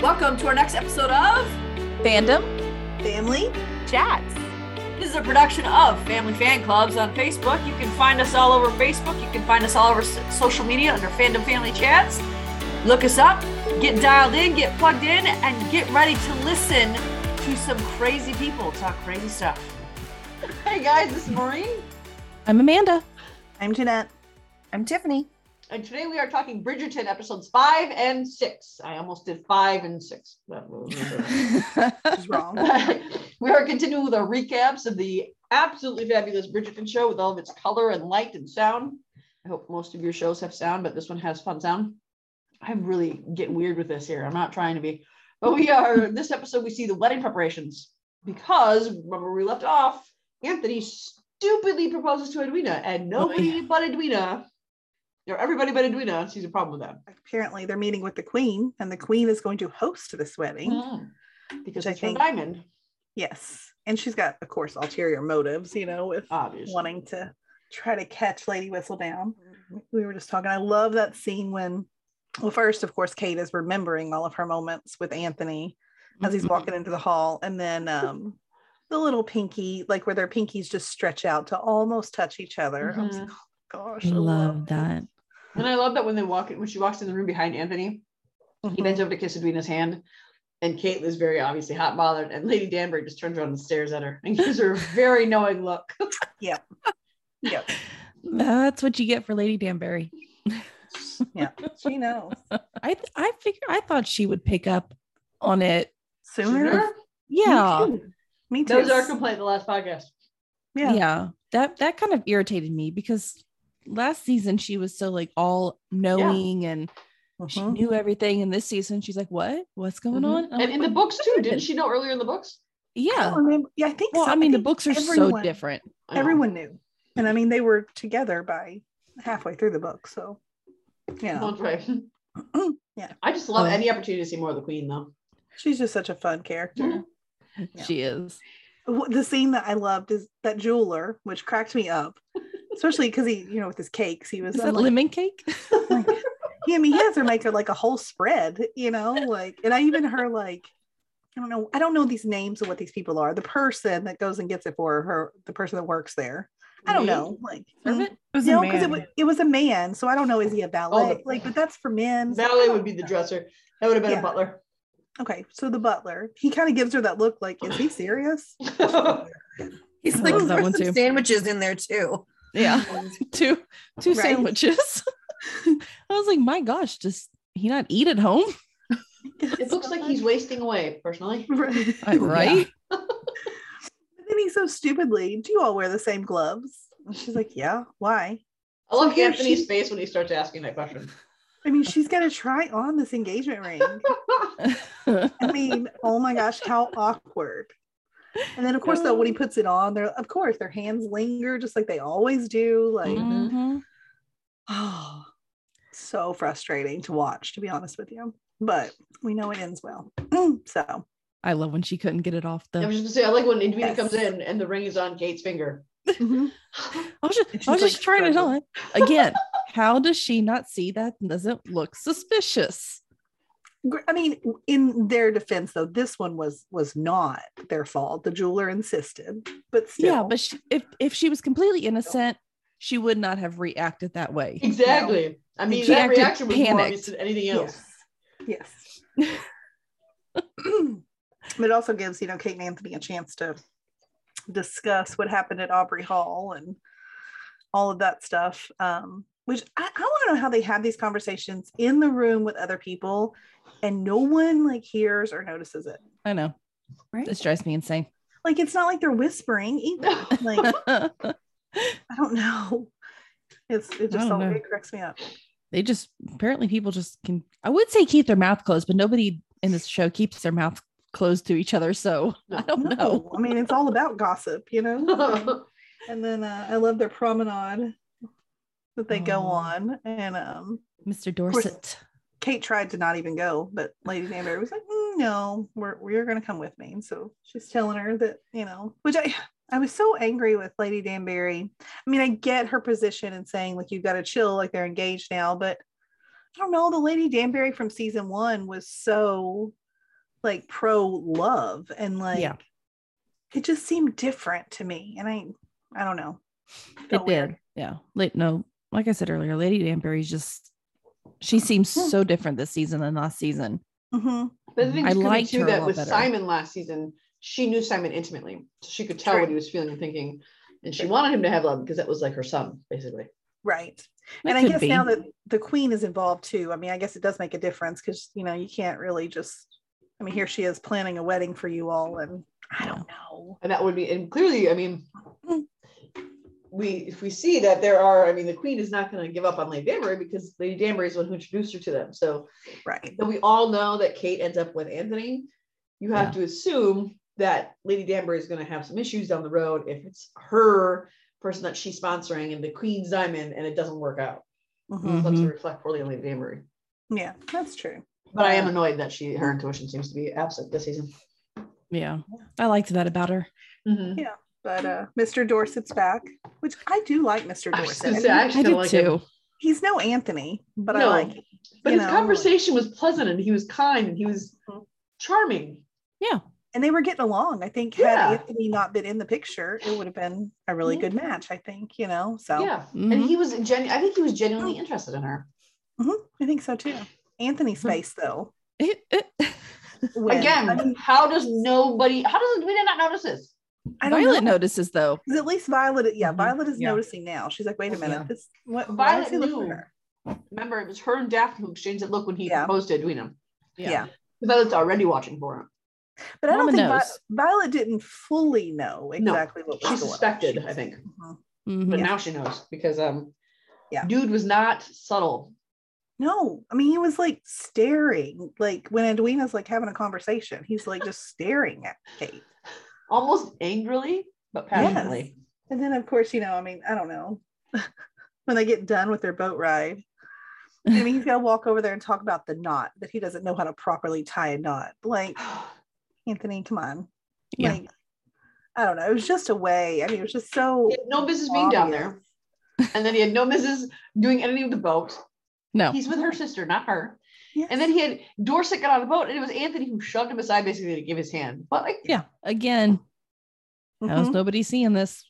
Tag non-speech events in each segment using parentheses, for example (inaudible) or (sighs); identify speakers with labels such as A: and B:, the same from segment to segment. A: Welcome to our next episode of
B: Fandom
C: Family?
B: Chats.
A: This is a production of Family Fan Clubs on Facebook. You can find us all over Facebook. You can find us all over s- social media under Fandom Family Chats. Look us up, get dialed in, get plugged in, and get ready to listen to some crazy people talk crazy (laughs) stuff.
C: Hey guys, this is Maureen.
B: I'm Amanda.
C: I'm Jeanette.
B: I'm Tiffany.
A: And today we are talking Bridgerton episodes five and six. I almost did five and six.
B: (laughs)
C: She's wrong.
A: (laughs) we are continuing with our recaps of the absolutely fabulous Bridgerton show with all of its color and light and sound. I hope most of your shows have sound, but this one has fun sound. I'm really getting weird with this here. I'm not trying to be, but we are.
C: (laughs)
A: This episode, we see the wedding preparations because remember we left off. Anthony stupidly proposes to Edwina, and
C: Oh,
A: nobody but Edwina, or everybody but Edwina, sees a problem with that.
C: Apparently, they're meeting with the queen, and the queen is going to host this wedding.
B: Mm.
A: Because
C: Mm-hmm. Which I
A: it's from
C: think-
A: Diamond,
C: Yes. And she's got, of course, ulterior motives, you know, with
A: obviously.
C: wanting to try to catch Lady Whistledown.
B: Mm-hmm.
C: We were just talking. I love that scene when, well, first, of course, Kate is remembering all of her moments with Anthony as he's
B: Mhm.
C: walking into the hall. And then um, the little pinky, like where their pinkies just stretch out to almost touch each other. I was
A: Mhm.
C: like, oh, gosh.
B: I (laughs) Mm-hmm. love that.
A: And I love that when they walk in, when she walks in the room behind Anthony, he
C: Mm-hmm.
A: bends over to kiss Edwina's hand. And Kate is very obviously hot bothered. And Lady Danbury just turns around and stares at her and gives her a very knowing look.
C: (laughs) Yep.
B: That's what you get for Lady Danbury.
C: Yeah. She knows.
B: I th- I figure I thought she would pick up on it.
C: Sooner?
B: Yeah.
C: Me
A: That
C: too.
A: was our complaint the last podcast.
B: yeah.
C: yeah.
B: That that kind of irritated me because last season she was so like all knowing and she
C: Mhm.
B: knew everything and this season she's like what what's going
A: Mhm.
B: on
C: Mm-hmm.
B: I'm
A: And
B: like,
A: in the
B: "What
A: books too, didn't
B: happened?"
A: she know earlier in the books?
C: I
B: yeah
C: don't remember- Oh, Yeah, I think
B: well
C: so.
B: I mean the
C: think
B: books are so
C: everyone-
B: different
A: I know.
C: Everyone knew. And I mean, they were together by halfway through the book. So, yeah,
A: That's right. (laughs)
C: (clears throat) Yeah.
A: I just love
B: Oh.
A: any opportunity to see more of the Queen though.
C: she's just such a fun character. Yeah.
B: she is
C: Wh- The scene that I loved is that jeweler, which cracked me up, especially because he, you know, with his cakes, he was Mm-hmm.
B: is that
C: I'm like,
B: lemon cake
C: yeah, I mean, he
B: (laughs)
C: has her make a, like a whole spread, you know, like, and I even her like, I don't know, I don't know these names of what these people are. The person that goes and gets it for her, her the person that works there. I don't
A: Me?
C: know, like hmm?
B: servant
D: It was
C: no,
D: a
C: because it
D: man. Oh.
C: was it was a man, so I don't know is he a valet?
A: the-
C: like, but that's for men. so I
A: Valet
C: don't
A: would be the
C: know.
A: dresser. That would have been
C: Yeah.
A: a butler.
C: Okay, so the butler, he kind of gives her that look, like, is he
D: (laughs)
C: serious? (laughs)
D: He's
B: I
D: like,
B: love that
D: there's
B: one
D: some
B: too.
D: sandwiches in there too.
B: yeah (laughs) two two
C: Right.
B: sandwiches (laughs) i was like my gosh does he not eat at home
A: it looks like he's wasting away, personally.
C: right.
B: I- right
C: And then he's so stupidly, do you all wear the same gloves? And she's like, yeah. Why?
A: I love
C: here
A: Anthony's
C: she-
A: face when he starts asking that question.
C: (laughs) I mean, she's got to try on this engagement ring. I mean, oh my gosh, how awkward. And then of course though when he puts it on, they're of course their hands linger just like they always do. Like
B: Mhm.
C: oh so frustrating to watch, to be honest with you. But we know it ends well. (clears throat) so
B: i love when she couldn't get it off
A: I
B: the
A: was just gonna say, I like when Edwina
C: Yes.
A: comes in and the ring is on Kate's finger.
C: mhm.
B: i was just,
C: And
B: I was
C: she's, like,
B: just trying it on
C: struggling.
B: again how does she not see that doesn't look suspicious
C: Gr- I mean, in their defense though, this one was was not their fault. The jeweler insisted, but still
B: yeah but she, if if she was completely innocent she would not have reacted that way
A: Exactly. I mean,
B: She
A: that reaction
B: acted
A: was more obvious
B: panicked.
A: than anything else.
C: yes. Yes. (clears throat) but it also gives, you know, Kate and Anthony a chance to discuss what happened at Aubrey Hall and all of that stuff. Um, which I, I want to know how they have these conversations in the room with other people and no one like hears or notices it.
B: i know
C: Right.
B: this drives me insane (laughs)
C: Like it's not like they're whispering either. Like I don't know. It's it just
B: don't
C: all
B: know.
C: it cracks me up.
B: they just apparently people just can i would say keep their mouth closed but nobody in this show keeps their mouth closed to each other so i don't know
C: I mean it's all about gossip,
B: (laughs)
C: you know? and then uh, I love their promenade that they go
B: Oh.
C: on. And um,
B: mr
C: course-
B: dorset
C: Kate tried to not even go, but Lady Danbury was like, "Mm, "No, we're we're going to come with me." And so she's telling her that you know, which I (sighs) I was so angry with Lady Danbury. I mean, I get her position and saying like you've got to chill, like they're engaged now, but I don't know. The Lady Danbury from season one was so like pro love and like
B: Yeah.
C: it just seemed different to me. And I I don't know.
B: It
C: Felt weird.
B: did. Yeah. Late no, like I said earlier, Lady Danbury's just she seems
C: Yeah.
B: so different this season than last season.
C: Mhm.
A: (laughs) But the thing
B: I
A: is, coming
B: liked her
A: to
B: a
A: that
B: lot
A: with
B: better.
A: Simon last season, she knew Simon intimately, so she could tell
C: True.
A: what he was feeling and thinking, and she
C: True.
A: wanted him to have love because that was like her son, basically.
C: Right.
B: That
C: and I
B: could
C: guess
B: be.
C: now that the queen is involved too, I mean, I guess it does make a difference because you know you can't really just. I mean, here she is planning a wedding for you all, and I don't know.
A: and that would be and clearly i mean
B: Hmm.
A: we if we see that there are i mean the queen is not going to give up on lady danbury because lady danbury is the one who introduced her to them so
C: Right.
A: and we all know that kate ends up with anthony you have
B: Yeah.
A: to assume that lady danbury is going to have some issues down the road if it's her person that she's sponsoring and the queen's diamond and it doesn't work out
C: Mhm.
A: so that's
B: Mhm.
A: to reflect poorly on lady danbury
C: Mm-hmm. Yeah, that's true.
A: but i am annoyed that she her intuition seems to be absent this season
B: Yeah. I liked that about her. Mm-hmm.
A: Mhm.
C: But uh, Mr. Dorset's back, which I do like Mr.
A: I was
C: Dorset. I
A: gonna
C: mean,
A: say, I
B: I
A: actually
B: did
A: like him.
B: too.
C: he's no Anthony, but I
A: No.
C: like. him.
A: But
C: you
A: his
C: know,
A: conversation was pleasant and he was kind and he was
C: Mhm.
A: charming.
C: And they were getting along. I think
A: Yeah.
C: had Anthony not been in the picture, it would have been a really good match. I think you know. So
A: Yeah. And
B: Mhm.
A: he was genu- I think he was genuinely interested in her.
C: Mhm, I think so too. Anthony's face
A: (laughs)
C: though.
B: (laughs) It- it-
C: when-
A: Hmm. Again,
C: I mean,
A: how does nobody how does we did not notice this?
C: I don't
B: Violet
C: know.
B: notices though.
C: Because at least Violet, yeah,
A: Mm-hmm.
B: Mhm.
C: Violet is
B: Yeah.
C: noticing now. She's like,
A: Oh,
C: wait a minute,
B: Yeah.
C: this what Violet
A: Violet
C: is he looking
A: knew.
C: at her?
A: Remember, it was her and Daphne who exchanged that look when he
C: Yeah.
A: proposed to Edwina.
C: Yeah.
A: Because Violet's already watching for him.
C: But I don't
B: Mama
C: think Vi-
B: knows.
C: Violet didn't fully know exactly what
A: She
C: was going
A: suspected, I think.
C: on. Mhm.
B: Mhm.
A: But now she knows because um
C: Yeah.
A: dude was not subtle.
C: No, I mean he was like staring, like when Edwina's like having a conversation, he's like just staring at Kate.
A: Almost angrily, but passionately.
C: And then of course, you know, I mean, I don't know. (laughs) when they get done with their boat ride, I mean he's gotta walk over there and talk about the knot that he doesn't know how to properly tie a knot. Like Anthony, come on.
B: Yeah.
C: Like, I don't know. It was just a way. I mean, it was just so
A: He had no business being down there. And then he had no business doing anything with the boat.
B: No.
A: He's with her sister, not her.
C: Yes.
A: And then he had Dorset got on the boat, and it was Anthony who shoved him aside basically to give his hand. But like, (laughs)
B: Yeah. Again, how's
C: Mhm.
B: nobody seeing this?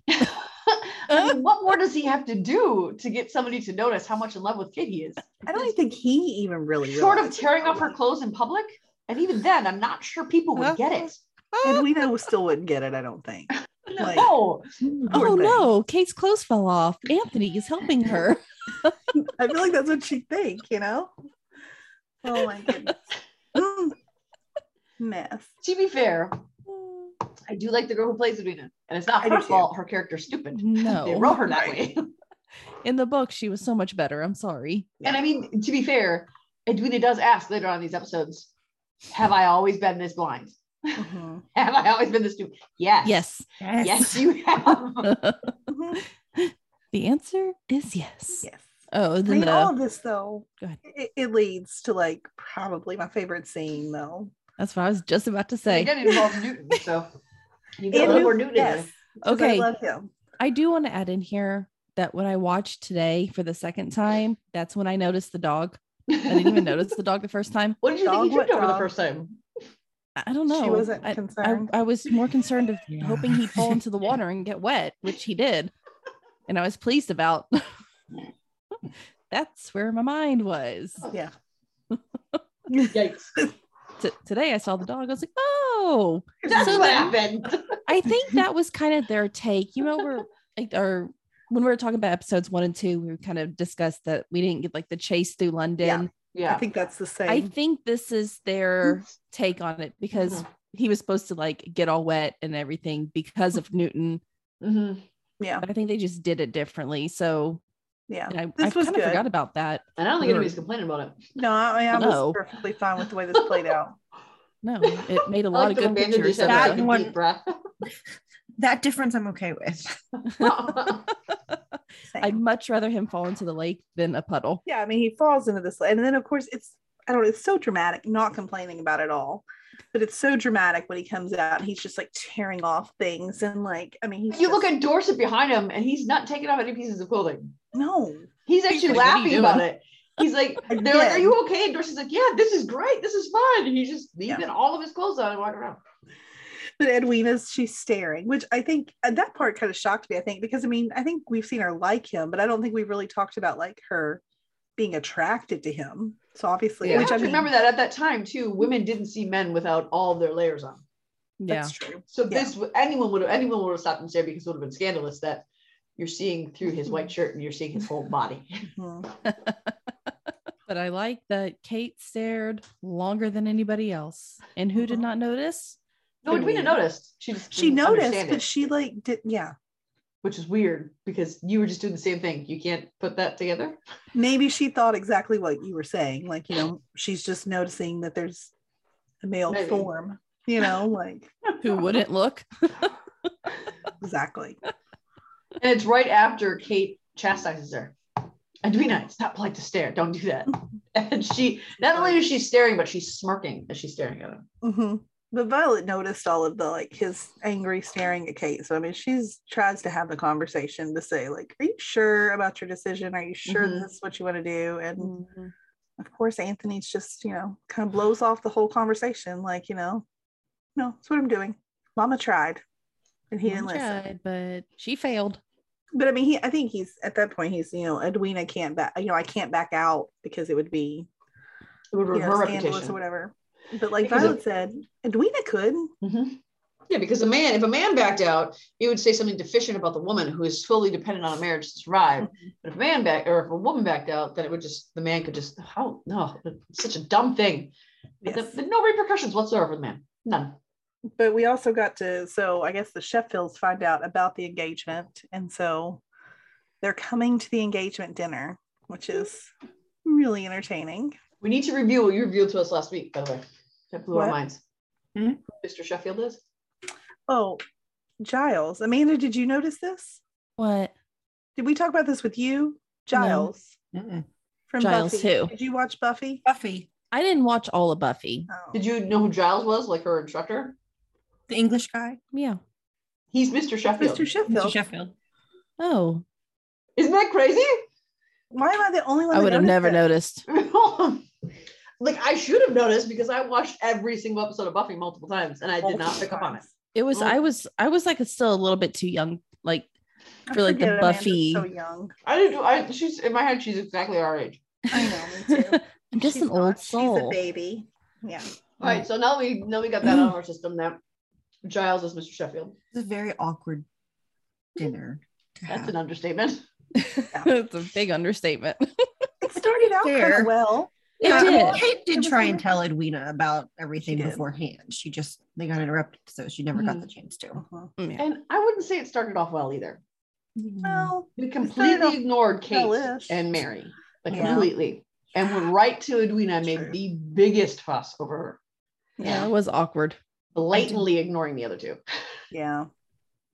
A: I mean, what more does he have to do to get somebody to notice how much in love with Kate he is?
C: I don't even think he even really
A: Short of
C: realized it,
A: tearing off her
C: really.
A: clothes in public, and even then, I'm not sure people would get it.
B: Ah!
C: Edwina still wouldn't get it. I don't think.
A: (laughs)
C: Like,
A: No,
C: poor
B: Oh
C: thing.
B: no, Kate's clothes fell off. Anthony is helping her.
C: I feel like that's what she'd think. You know. Oh my
B: (laughs)
C: goodness. Mm. Mess.
A: to be fair, I do like the girl who plays Edwina, and it's not
C: I do
A: her
C: too.
A: fault. Her character's stupid. They
B: No.
A: wrote her that way. (laughs)
B: In the book, she was so much better. I'm sorry.
A: And I mean, to be fair, Edwina does ask later on in these episodes, "Have I always been this blind? (laughs)
C: Mhm.
A: Have I always been this stupid?" Yes.
B: Yes.
A: Yes, you have. (laughs)
C: Mhm.
B: (laughs) the answer is yes.
C: Yes.
B: Oh, and
C: I
B: then
C: mean,
B: the,
C: all of this though,
B: Go ahead.
C: it, it leads to like probably my favorite scene though.
B: that's what I was just about to
A: It
B: say.
A: did involve Newton, so you get a
C: And
A: little more
C: Newton,
A: Newton. in
C: yes.
A: there.
C: 'cause
B: Okay.
C: I love him.
B: I do want to add in here that when I watched today for the second time, that's when I noticed the dog. I didn't even notice the dog the first time.
A: (laughs) What did you
C: Dog,
A: think he tripped
C: what
A: over the
C: dog?
A: first time?
B: I I don't know.
C: She wasn't
B: I, I,
C: concerned. (laughs)
B: I was more concerned of
D: Yeah.
B: hoping he'd fall into the water and get wet, which he did. And I was pleased about (laughs) that's where my mind was.
C: yeah.
A: Yikes!
B: T- today I saw the dog. I was like, oh,
A: That's
B: So
A: what
B: then-
A: happened.
B: I think that was kind of their take. You know, we're like our when we were talking about episodes one and two, we kind of discussed that we didn't get like the chase through London.
C: I
A: Yeah.
C: think that's the same.
B: I think this is their take on it because he was supposed to like get all wet and everything because of Newton.
A: hmm
C: yeah.
B: But I think they just did it differently. So
C: Yeah.
B: and I, I
C: Oh, This was
B: kind of
C: good.
B: forgot about that.
A: And I don't think
B: Sure.
A: anybody's complaining about it.
C: No, I, I
B: No.
C: was perfectly fine with the way this played out.
B: No, it made a
A: I
B: lot
A: like that
B: of good
A: Amanda
B: pictures.
A: just had
B: out
A: like
B: of
A: a
B: it.
D: one-
A: deep (laughs) breath.
D: That difference I'm okay with.
C: Same.
B: I'd much rather him fall into the lake than a puddle.
C: yeah, I mean, he falls into this, and then of course it's I don't know, it's so dramatic. Not complaining about it all, but it's so dramatic when he comes out. and He's just like tearing off things, and like I mean, he's
A: you look
C: just-
A: at Dorset behind him, and he's not taking off any pieces of clothing.
C: no,
A: He's actually
B: like, what are you
A: laughing about
B: doing?
A: it. He's like, they're like, are you okay? And Dorsey's like, yeah, this is great. This is fun. And he's just leaving all of his clothes on and walking around.
C: But Edwina's she's staring, which I think uh, that part kind of shocked me. I think because I mean I think we've seen her like him, but I don't think we've really talked about like her being attracted to him. So obviously,
A: Yeah,
C: which I mean,
A: remember that at that time too, women didn't see men without all of their layers on.
B: yeah.
C: that's true.
A: So
C: Yeah.
A: this anyone would have anyone would have stopped and stared because it would have been scandalous that you're seeing through his white shirt and you're seeing his whole body.
C: Mhm.
B: But I like that Kate stared longer than anybody else. And who did not notice?
A: No, Edwina
B: Edwina.
A: noticed. She just
C: She
A: didn't
C: noticed,
A: understand
C: but
A: it,
C: she like did yeah.
A: which is weird because you were just doing the same thing. You can't put that together.
C: Maybe she thought exactly what you were saying. Like, you know, she's just noticing that there's a male
A: Maybe.
C: form, you know, like (laughs)
B: Who wouldn't look?
C: exactly.
A: And it's right after Kate chastises her. Edwina, it's not polite to stare. Don't do
C: (laughs)
A: that. And she not only is she staring, but she's smirking as she's staring at him.
C: hmm But Violet noticed all of the like his angry staring at Kate. So I mean, she's tries to have the conversation to say like, "Are you sure about your decision? Are you sure
A: Mhm.
C: this is what you want to do?" And
A: Mm-hmm.
C: of course, Anthony's just you know kind of blows off the whole conversation, like you know, no, that's what I'm doing. Mama tried, and he
B: Mom
C: didn't listen.
B: tried, but she failed.
C: But I mean, he I think he's at that point he's you know Edwina can't back you know I can't back out because it would be
A: It would
C: you
A: ruin
C: know,
A: her
C: scandalous
A: reputation.
C: or whatever. But like
A: Because it-
C: Violet said, Edwina could.
A: Mhm. Yeah, because a man, if a man backed out, he would say something deficient about the woman who is fully dependent on a marriage to survive.
C: Mm-hmm.
A: But if a man back or if a woman backed out, then it would just the man could just oh no, it's such a dumb thing. But
C: Yes.
A: the- no repercussions whatsoever for the man. None.
C: but we also got to so i guess the sheffields find out about the engagement and so they're coming to the engagement dinner which is really entertaining
A: We need to review what you revealed to us last week, by the way. That blew our
C: What?
A: minds.
D: Hmm?
A: Mr. Sheffield is.
C: oh giles amanda did you notice this
B: What?
C: did we talk about this with you giles
D: Mm-mm.
C: from
B: Giles
C: buffy
B: who?
C: did you watch buffy
D: Buffy,
B: I didn't watch all of Buffy.
C: oh.
A: Did you know who Giles was, like her instructor?
D: the English guy,
B: Yeah.
A: He's Mr. Sheffield.
C: mr sheffield
D: Mr. Sheffield.
B: Oh,
A: Isn't that crazy? (laughs)
C: why am i the only one
B: I
C: that
B: would have never
C: it?
B: noticed.
A: like I should have noticed because I watched every single episode of Buffy multiple times and I did not pick up on it.
B: It was
A: Oh.
B: I was I was like still a little bit too young. Like
C: I
B: For, like, the
C: forget Amanda's
B: Buffy-
C: so young
A: I didn't. I she's in my head. She's exactly our age.
C: i know me too
B: I'm (laughs) just
C: Oh, She's
B: an
C: not.
B: old soul.
C: she's
B: (laughs)
C: a baby yeah
A: All
D: Mm.
A: right. So now we now we got that
D: (clears throat)
A: out of our system. That Giles is Mr. Sheffield.
D: It's a very awkward dinner. to
A: That's
D: have.
A: an understatement.
B: it's a big
C: (laughs)
B: understatement.
C: it started out kind
D: Fair.
C: of well
B: It
D: well,
B: did.
D: Uh, Kate
C: It
D: did
C: was
D: try and
C: really-
D: tell Edwina about everything
C: She did. Mm-hmm.
D: beforehand. She just they got interrupted, so she never got
A: Mhm.
D: the chance to.
C: Uh-huh.
B: Yeah.
A: And I wouldn't say it started off well either.
C: Mm-hmm.
D: Mm.
C: well
A: We
C: off
A: completely ignored Kate
C: well-ish.
A: and Mary, like
D: Yeah.
A: completely, and went right to Edwina and
C: True.
A: made the biggest fuss over her,
B: yeah, it was awkward.
A: blatantly ignoring the other 2
C: yeah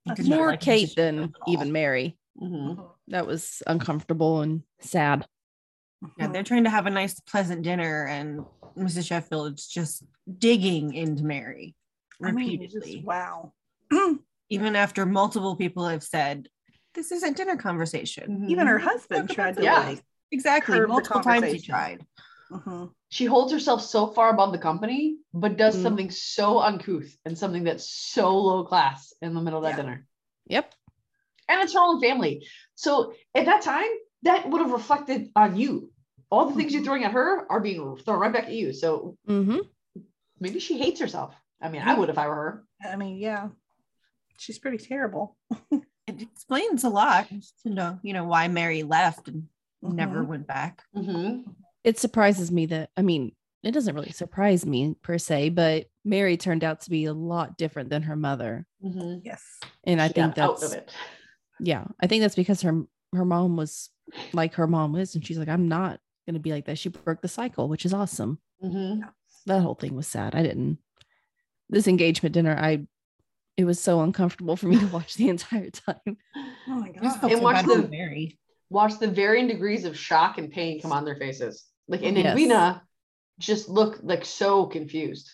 D: I did not
B: More
D: like her
B: Kate
D: decision
B: than
D: at all.
B: even Mary.
C: Mm-hmm.
D: Mm-hmm.
A: Mhm.
B: That was uncomfortable and sad.
D: Yeah, they're trying to have a nice, pleasant dinner, and Mrs. Sheffield's just digging into Mary
C: I mean,
D: repeatedly.
C: just wow.
D: Even after multiple people have said, "This isn't dinner conversation."
C: Even her
A: Mhm.
C: husband
D: Talk
C: tried
D: about
C: to
A: Yeah.
C: like.
D: Exactly,
C: Mm-hmm. Curb the
D: multiple times he
C: conversation.
D: tried.
C: Mhm.
A: She holds herself so far above the company, but does
C: Mm-hmm.
B: Mhm.
A: something so uncouth and something that's so low class in the middle of that
C: Yeah.
A: dinner.
B: Yep.
A: and it's her own family. So at that time, that would have reflected on you. All the things you're throwing at her are being thrown right back at you. So
B: Mm-hmm.
A: maybe she hates herself. I mean, I
C: Mm-hmm.
A: would if I were her.
C: I mean, yeah, she's pretty terrible.
D: It explains a lot to know, you know, why Mary left and never
C: Mhm.
D: went back.
A: Mm-hmm.
B: It surprises me that I mean, it doesn't really surprise me per se, but Mary turned out to be a lot different than her mother.
A: Mm-hmm.
C: Yes.
B: And I think
A: out of
B: that's
A: it.
B: yeah, I think that's because her her mom was like her mom is, and she's like, I'm not gonna be like that. She broke the cycle, which is awesome.
A: Mm-hmm.
B: that whole thing was sad. I didn't this engagement dinner. I it was so uncomfortable for me to watch the entire time.
C: Oh my
D: I just
C: god.
D: felt
A: And
D: so
A: watch
D: bad for
A: the-
D: Mary.
A: Watch the varying degrees of shock and pain come on their faces. Like, and
B: Yes.
A: Edwina just looked like so confused.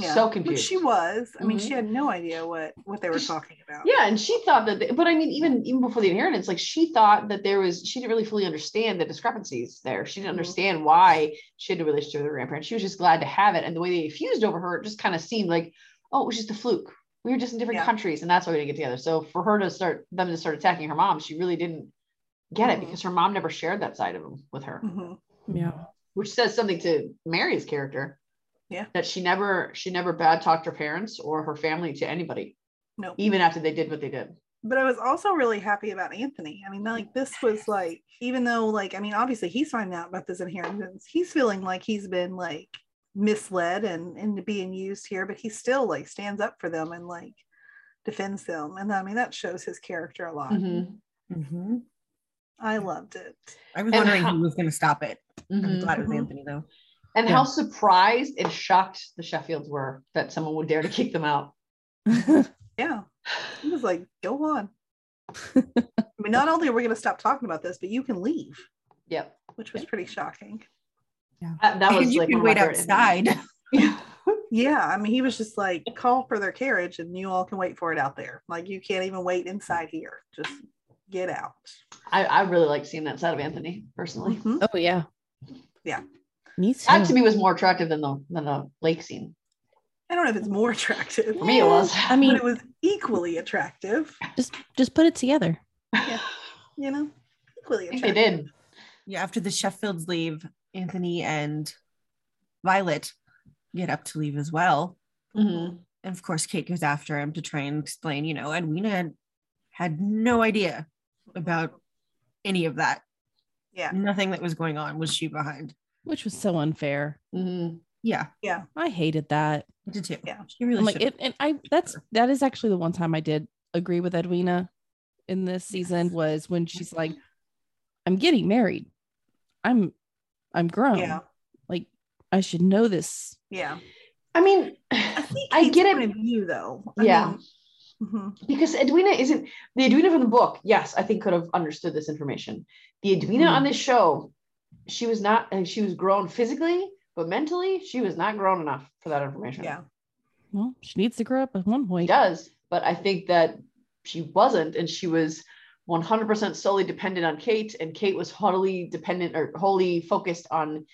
A: So
C: Which
A: confused.
C: she was. I mean,
B: Mhm.
D: Mm-hmm.
C: she had no idea what what they were talking about.
A: Yeah, and she thought that, but I mean, even even before the inheritance, like she thought that there was, she didn't really fully understand the discrepancies there. She didn't
C: Mhm.
A: understand why she had a relationship with her grandparents. She was just glad to have it, and the way they fused over her it just kind of seemed like, oh, it was just a fluke. We were just in different
C: Yeah.
A: countries, and that's why we didn't get together. So for her to start them to start attacking her mom, she really didn't get it
C: Mhm.
A: because her mom never shared that side of him with her,
C: Mhm.
B: Yeah.
A: which says something to Mary's character.
C: Yeah.
A: that she never she never bad talked her parents or her family to anybody,
C: No.
A: even after they did what they did.
C: But I was also really happy about Anthony. I mean, like this was like, even though like, I mean, obviously he's finding out about this inheritance. He's feeling like he's been like misled and and being used here, but he still like stands up for them and like defends them. And I mean, that shows his character a lot.
A: Mhm.
D: Mhm.
C: I loved it.
D: I was
A: And
D: wondering
A: how-
D: who was going to stop it. I'm
A: Mhm.
D: glad it was
C: Mhm.
D: Anthony though.
A: And
B: Yeah.
A: how surprised and shocked the Sheffields were that someone would dare to kick them out.
C: Yeah, he was like, go on. I mean, not only are we going to stop talking about this, but you can leave,
A: Yep.
C: which was pretty shocking.
A: That, that was
D: and you
A: like
D: could
A: one
D: wait
A: of my favorite (laughs)
D: outside. (laughs)
A: endings.
C: Yeah, I mean, he was just like, call for their carriage and you all can wait for it out there. Like, you can't even wait inside here. Just get out.
A: I, I really like seeing that side of Anthony personally.
D: Mm-hmm.
C: Mhm.
B: (laughs) Oh yeah.
C: Yeah.
B: Me too.
A: That to me was more attractive than the than the lake scene.
C: I don't know if it's more attractive,
A: For me it was.
B: I
A: (laughs)
B: mean,
C: but it was equally attractive,
B: just just put it together.
A: I
C: you know? Equally
A: think they
C: attractive.
A: did.
D: yeah, after the Sheffields leave, Anthony and Violet get up to leave as well.
A: Mhm.
D: And of course, Kate goes after him to try and explain, you know, Edwina had, had no idea about any of that.
C: Yeah.
D: Nothing that was going on was she behind.
B: Which was so unfair.
D: Mm-hmm.
A: Mhm.
D: Yeah,
B: I hated that.
D: I did too.
C: Yeah.
D: She really
B: I'm like
C: (laughs)
D: should.
B: it, and I that's that is actually the one time I did agree with Edwina in this season was when she's like, I'm getting married. I'm I'm grown.
C: Yeah.
B: Like I should know this.
C: Yeah.
A: I mean,
C: think
A: I
C: Kate's
A: get it.
C: point of view, though.
A: Yeah.
C: mean, mhm.
A: because Edwina isn't the Edwina from the book. Yes, I think could have understood this information. The Edwina
B: Mhm.
A: on this show, she was not. uh, She was grown physically, but mentally, she was not grown enough for that information.
C: Yeah.
B: Well, she needs to grow up at one
A: she
B: point.
A: does, but I think that she wasn't, and she was 100% solely dependent on Kate, and Kate was wholly dependent or wholly focused on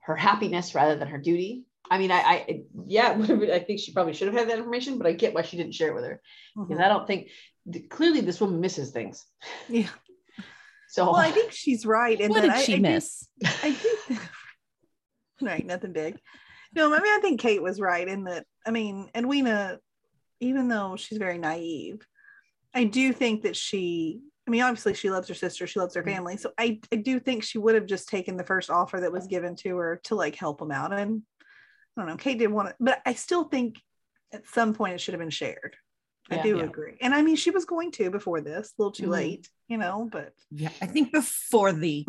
A: her happiness rather than her duty. I mean, I, I yeah, (laughs) it would've been- I think she probably should have had that information, but I get why she didn't share it with her.
C: Mhm.
A: Because I don't think th- clearly this woman misses things.
C: Yeah.
A: (laughs) So
C: Well, I think she's right. And
B: What
C: then
B: did
C: I,
B: she
C: I do
B: miss?
C: I think (laughs) right, nothing big. No, I mean I think Kate was right in that. I mean, Edwina, even though she's very naive, I do think that she. I mean, obviously she loves her sister, she loves her
D: Mm-hmm.
A: Mhm.
C: family, so I I do think she would have just taken the first offer that was given to her to like help them out. And I don't know, Kate did want it, but I still think at some point it should have been shared. I
A: Yeah.
C: do
D: Yeah. Mm-hmm.
C: agree, and I mean she was going to before this, a little too
A: Mhm.
C: late, you know, but
D: yeah, I think before
A: (laughs)
D: the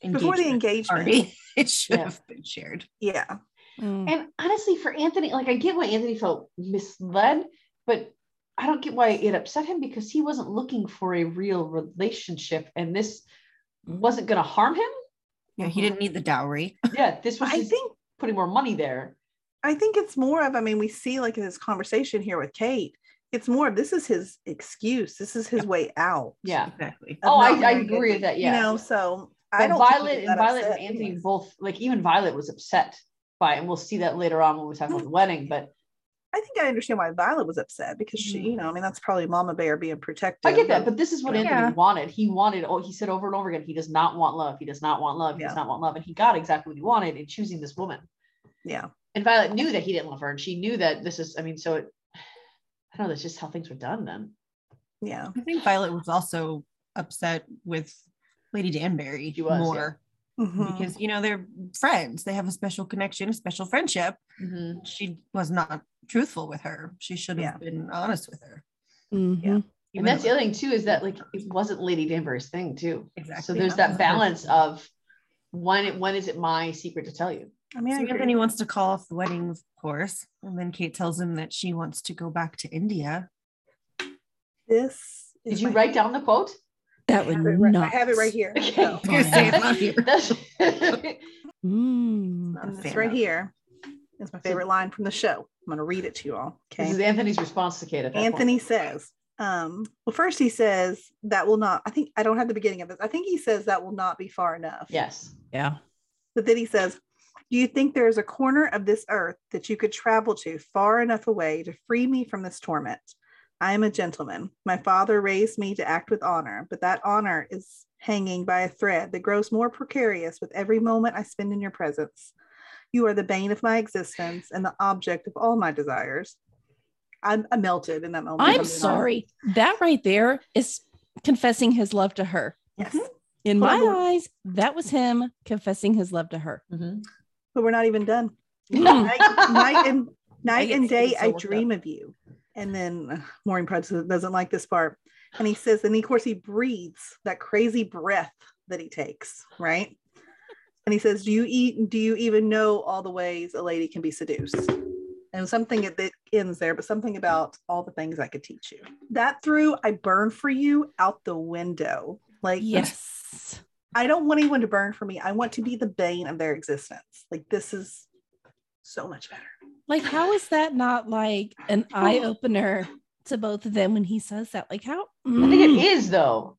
C: before the
D: engagement
C: engagement,
D: party, (laughs) it should
A: Yeah.
D: have been shared.
C: yeah,
B: Mm.
A: and honestly, for Anthony, like I get why Anthony felt misled, but I don't get why it upset him because he wasn't looking for a real relationship and this wasn't going to harm him.
D: Yeah, he didn't need the dowry.
A: Yeah, this was
D: (laughs)
C: I
A: just
C: think
A: putting more money there.
C: I think it's more of, I mean, we see like in this conversation here with Kate, it's more of this is his excuse. This is his way out.
A: Yeah.
D: Exactly.
C: of
A: Oh, I-
C: not
A: I
C: marrying
A: agree
C: Anthony,
A: with that,
C: You
A: yeah.
C: know, so
A: But
C: I don't think
A: Violet
C: he's
A: and
C: that
A: Violet
C: upset.
A: and Anthony both like even Violet was upset by, and we'll see that later on when we talk about the wedding. But
C: I think I understand why Violet was upset because she, you know, I mean, that's probably Mama Bear being protective.
A: Mm. I get that. But this is what
D: Yeah.
A: Anthony wanted. He wanted. Oh, he said over and over again, he does not want love. He does not want love. He does
C: Yeah.
A: not want love, and he got exactly what he wanted in choosing this woman.
C: yeah.
A: and Violet knew that he didn't love her, and she knew that this is. I mean, so it, I don't know. That's just how things were done then.
C: Yeah.
D: Um, I think Violet was also upset with Lady Danbury
A: She was,
D: more
C: Mhm.
D: because you know they're friends. They have a special connection, a special friendship. She was not truthful with her. She should have been honest with her.
B: Mhm.
C: yeah.
A: And that's the other thing too is that like it wasn't Lady Danbury's thing too.
D: Exactly.
A: So there's that balance of when when is it my secret to tell you?
C: I mean, I
D: So
C: agree.
D: Anthony wants to call off the wedding, of course, and then Kate tells him that she wants to go back to India.
C: this.
A: Did
C: is
A: you
C: my-
A: write down the quote?
B: That
C: I
B: would
C: have, it right, I
B: not.
C: have it right here.
A: (laughs) Okay.
C: So,
D: I'm gonna say it's not here.
A: (laughs) That's
B: Mm.
D: Not a
C: and this
D: fan
C: right
D: of-
C: here is my favorite line from the show. I'm going to read it to you all.
A: This is
C: Okay.
A: Anthony's response to Kate. At that
C: Anthony
A: point.
C: says, um, well, first he says that will not, I think, I don't have the beginning of this. I think he says that will not be far enough.
A: Yes.
B: Yeah.
C: But then he says, Do you think there is a corner of this earth that you could travel to far enough away to free me from this torment? I am a gentleman. My father raised me to act with honor, but that honor is hanging by a thread that grows more precarious with every moment I spend in your presence. You are the bane of my existence and the object of all my desires. I'm, I melted in that moment.
B: I'm
C: mean,
B: sorry. That right there is confessing his love to her.
C: Yes.
B: In my
C: Totally.
B: eyes, that was him confessing his love to her.
A: (laughs) Mhm.
C: But we're not even done.
B: Mm.
C: night, night and night
B: get- (laughs)
C: and
B: I
C: day
B: get so
C: I
B: worked
C: dream of you. And then uh, Maureen Prudge doesn't like this part. And he says, and of course he breathes that crazy breath that he takes, right? And he says, Do you eat do you even know all the ways a lady can be seduced? And something that that ends there, but something about all the things I could teach you. That threw I burn for you out the window. Like
B: Yes.
C: I don't want anyone to burn for me. I want to be the bane of their existence. Like this is so much better.
B: Like, how is that not like
A: (laughs)
B: an
A: Oh.
B: eye opener to both of them when he says that? Like, how?
A: I think
B: Mm.
A: it is though,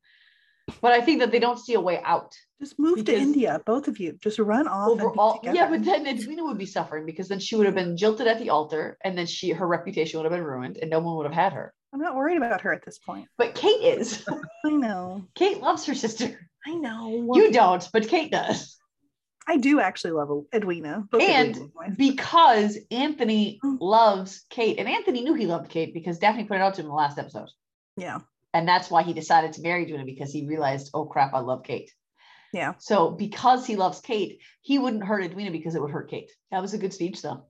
A: but I think that they don't see a way out.
C: Just move
A: Because-
C: to India, both of you. Just run off and be
A: Overall,
C: together.
A: yeah, but then Edwina would be suffering because then she would have been jilted at the altar, and then she her reputation would have been ruined, and no one would have had her.
C: I'm not worried about her at this point.
A: But Kate is. (laughs)
C: I know.
A: Kate loves her sister.
C: I know.
A: You don't, but Kate does
C: I do actually love Edwina. both
A: And-
C: Edwina and I.
A: because Anthony
C: Mm.
A: loves Kate, and Anthony knew he loved Kate because Daphne pointed out to him in the last episode.
C: yeah,
A: And that's why he decided to marry Duna because he realized, oh crap, I love Kate.
C: Yeah.
A: So because he loves Kate, he wouldn't hurt Edwina because it would hurt Kate. That was a good speech though.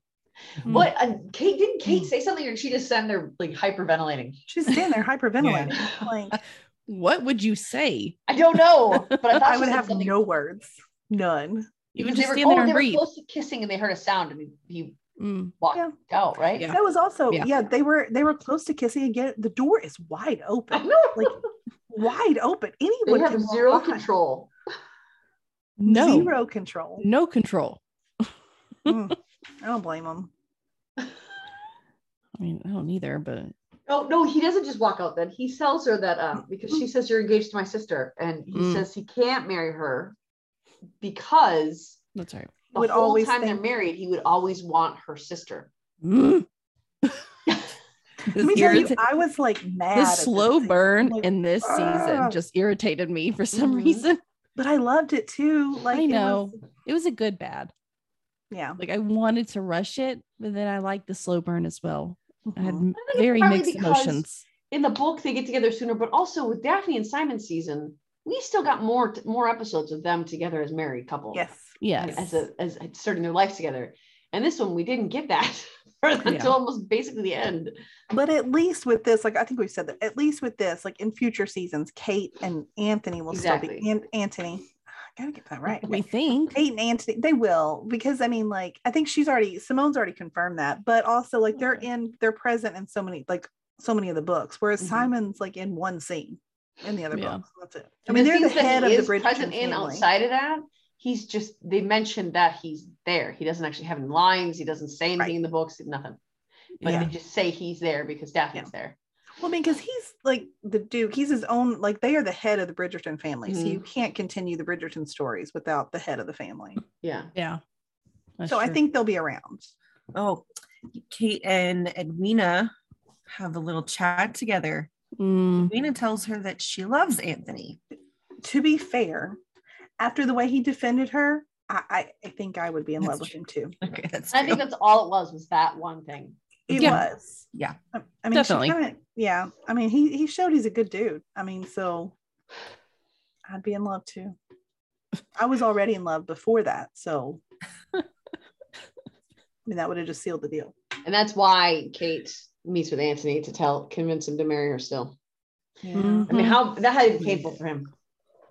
C: Hmm.
B: Mm.
A: What uh, Kate didn't Kate say something or did she just stand there like hyperventilating? (laughs)
C: she's standing there hyperventilating. Like
B: What would you say?
A: I don't know, but
C: (laughs)
A: I thought
C: I
A: she
C: would
A: said
C: have
A: something.
C: no words, none.
B: You
A: because
B: would
A: they
B: just
A: were,
B: stand
A: oh,
B: there and
A: they
B: breathe.
A: were close to kissing and they heard a sound and he, he
B: Mm.
A: walked
C: Yeah.
A: out, right?
B: Yeah.
C: That was also
B: Yeah.
C: yeah. They were they were close to kissing again. The door is wide
A: I (laughs)
C: open,
A: know.
C: Like, wide open.
A: they
C: Anyone
A: have
C: can walk
A: zero
C: by.
A: control.
B: No,
A: (laughs)
C: zero control.
B: no control.
C: Mm. I don't blame them.
B: I mean, I don't either, but
A: Oh no, he doesn't just walk out then. He tells her that um
C: Mm.
A: because she says you're engaged to my sister, and he
B: Mm.
A: says he can't marry her because
B: that's all right.
A: the
C: Would
A: whole
C: always
A: time they're
C: think-
A: married, he would always want her sister. (laughs)
B: Mm.
C: Let
B: this
C: me tell you,
B: irrita-
C: I was like mad.
B: the
C: at this
B: slow
C: scene.
B: burn
C: Like,
B: in this season
C: "Ugh."
B: just irritated me for some
A: Mhm.
B: reason.
C: but I loved it too. Like
B: I
C: it was-
B: know. It was a good bad.
C: yeah.
B: Like I wanted to rush it, but then I liked the slow burn as well. I had m-
C: Mhm.
A: Mm-hmm. think it's
B: very
A: probably
B: mixed
A: because-
B: emotions.
A: In the book, they get together sooner, but also with Daphne and Simon's season, we still got more more episodes of them together as married couple.
C: Yes.
A: and
B: Yes.
A: As a as starting their life together. And this one we didn't get that (laughs) until
B: Yeah.
A: almost basically the end.
C: But at least with this, like I think we've said that at least with this, like in future seasons, Kate and Anthony will still
A: Exactly.
C: be and Anthony. I gotta get that right.
B: we think.
C: Kate and Anthony, they will because I mean, like I think she's already Simone's already confirmed that, but also like they're
B: Okay.
C: in they're present in so many like so many of the books, whereas
A: Mhm.
C: Simon's like in one scene in the other
B: Yeah.
C: books. That's it. I
A: And
C: mean,
A: the
C: they're the
A: things that he
C: head of the
A: is
C: Bridgerton
A: present and
C: family.
A: outside of that. He's just they mentioned that he's there. He doesn't actually have any lines. He doesn't say anything
C: Right.
A: in the books. Nothing. But
C: Yeah.
A: they just say he's there because Daphne's there.
C: Well, because he's like the Duke, he's his own, like they are the head of the Bridgerton family. So
B: Mm-hmm.
C: you can't continue the Bridgerton stories without the head of the family.
A: Yeah.
B: Yeah. That's
C: so I
B: true.
C: think they'll be around.
D: Oh, Kate and Edwina have a little chat together.
B: Mm,
D: Edwina tells her that she loves Anthony.
C: To be fair, after the way he defended her, I, I, I think I would be in love with
D: That's
C: him too.
D: Okay, that's
A: I think
D: true.
A: that's all it was was that one thing.
C: It
B: Yeah.
C: was.
D: Yeah.
C: I, I mean,
B: Definitely.
C: She kinda, yeah. I mean, he, he showed he's a good dude. I mean, so I'd be in love too. I was already in love before that.
B: (laughs)
C: So, I mean, that would have just sealed the deal.
A: And that's why Kate meets with Anthony to tell convince him to marry her still.
B: Yeah.
A: I mean, how
C: Hmm.
A: that had to be painful for him.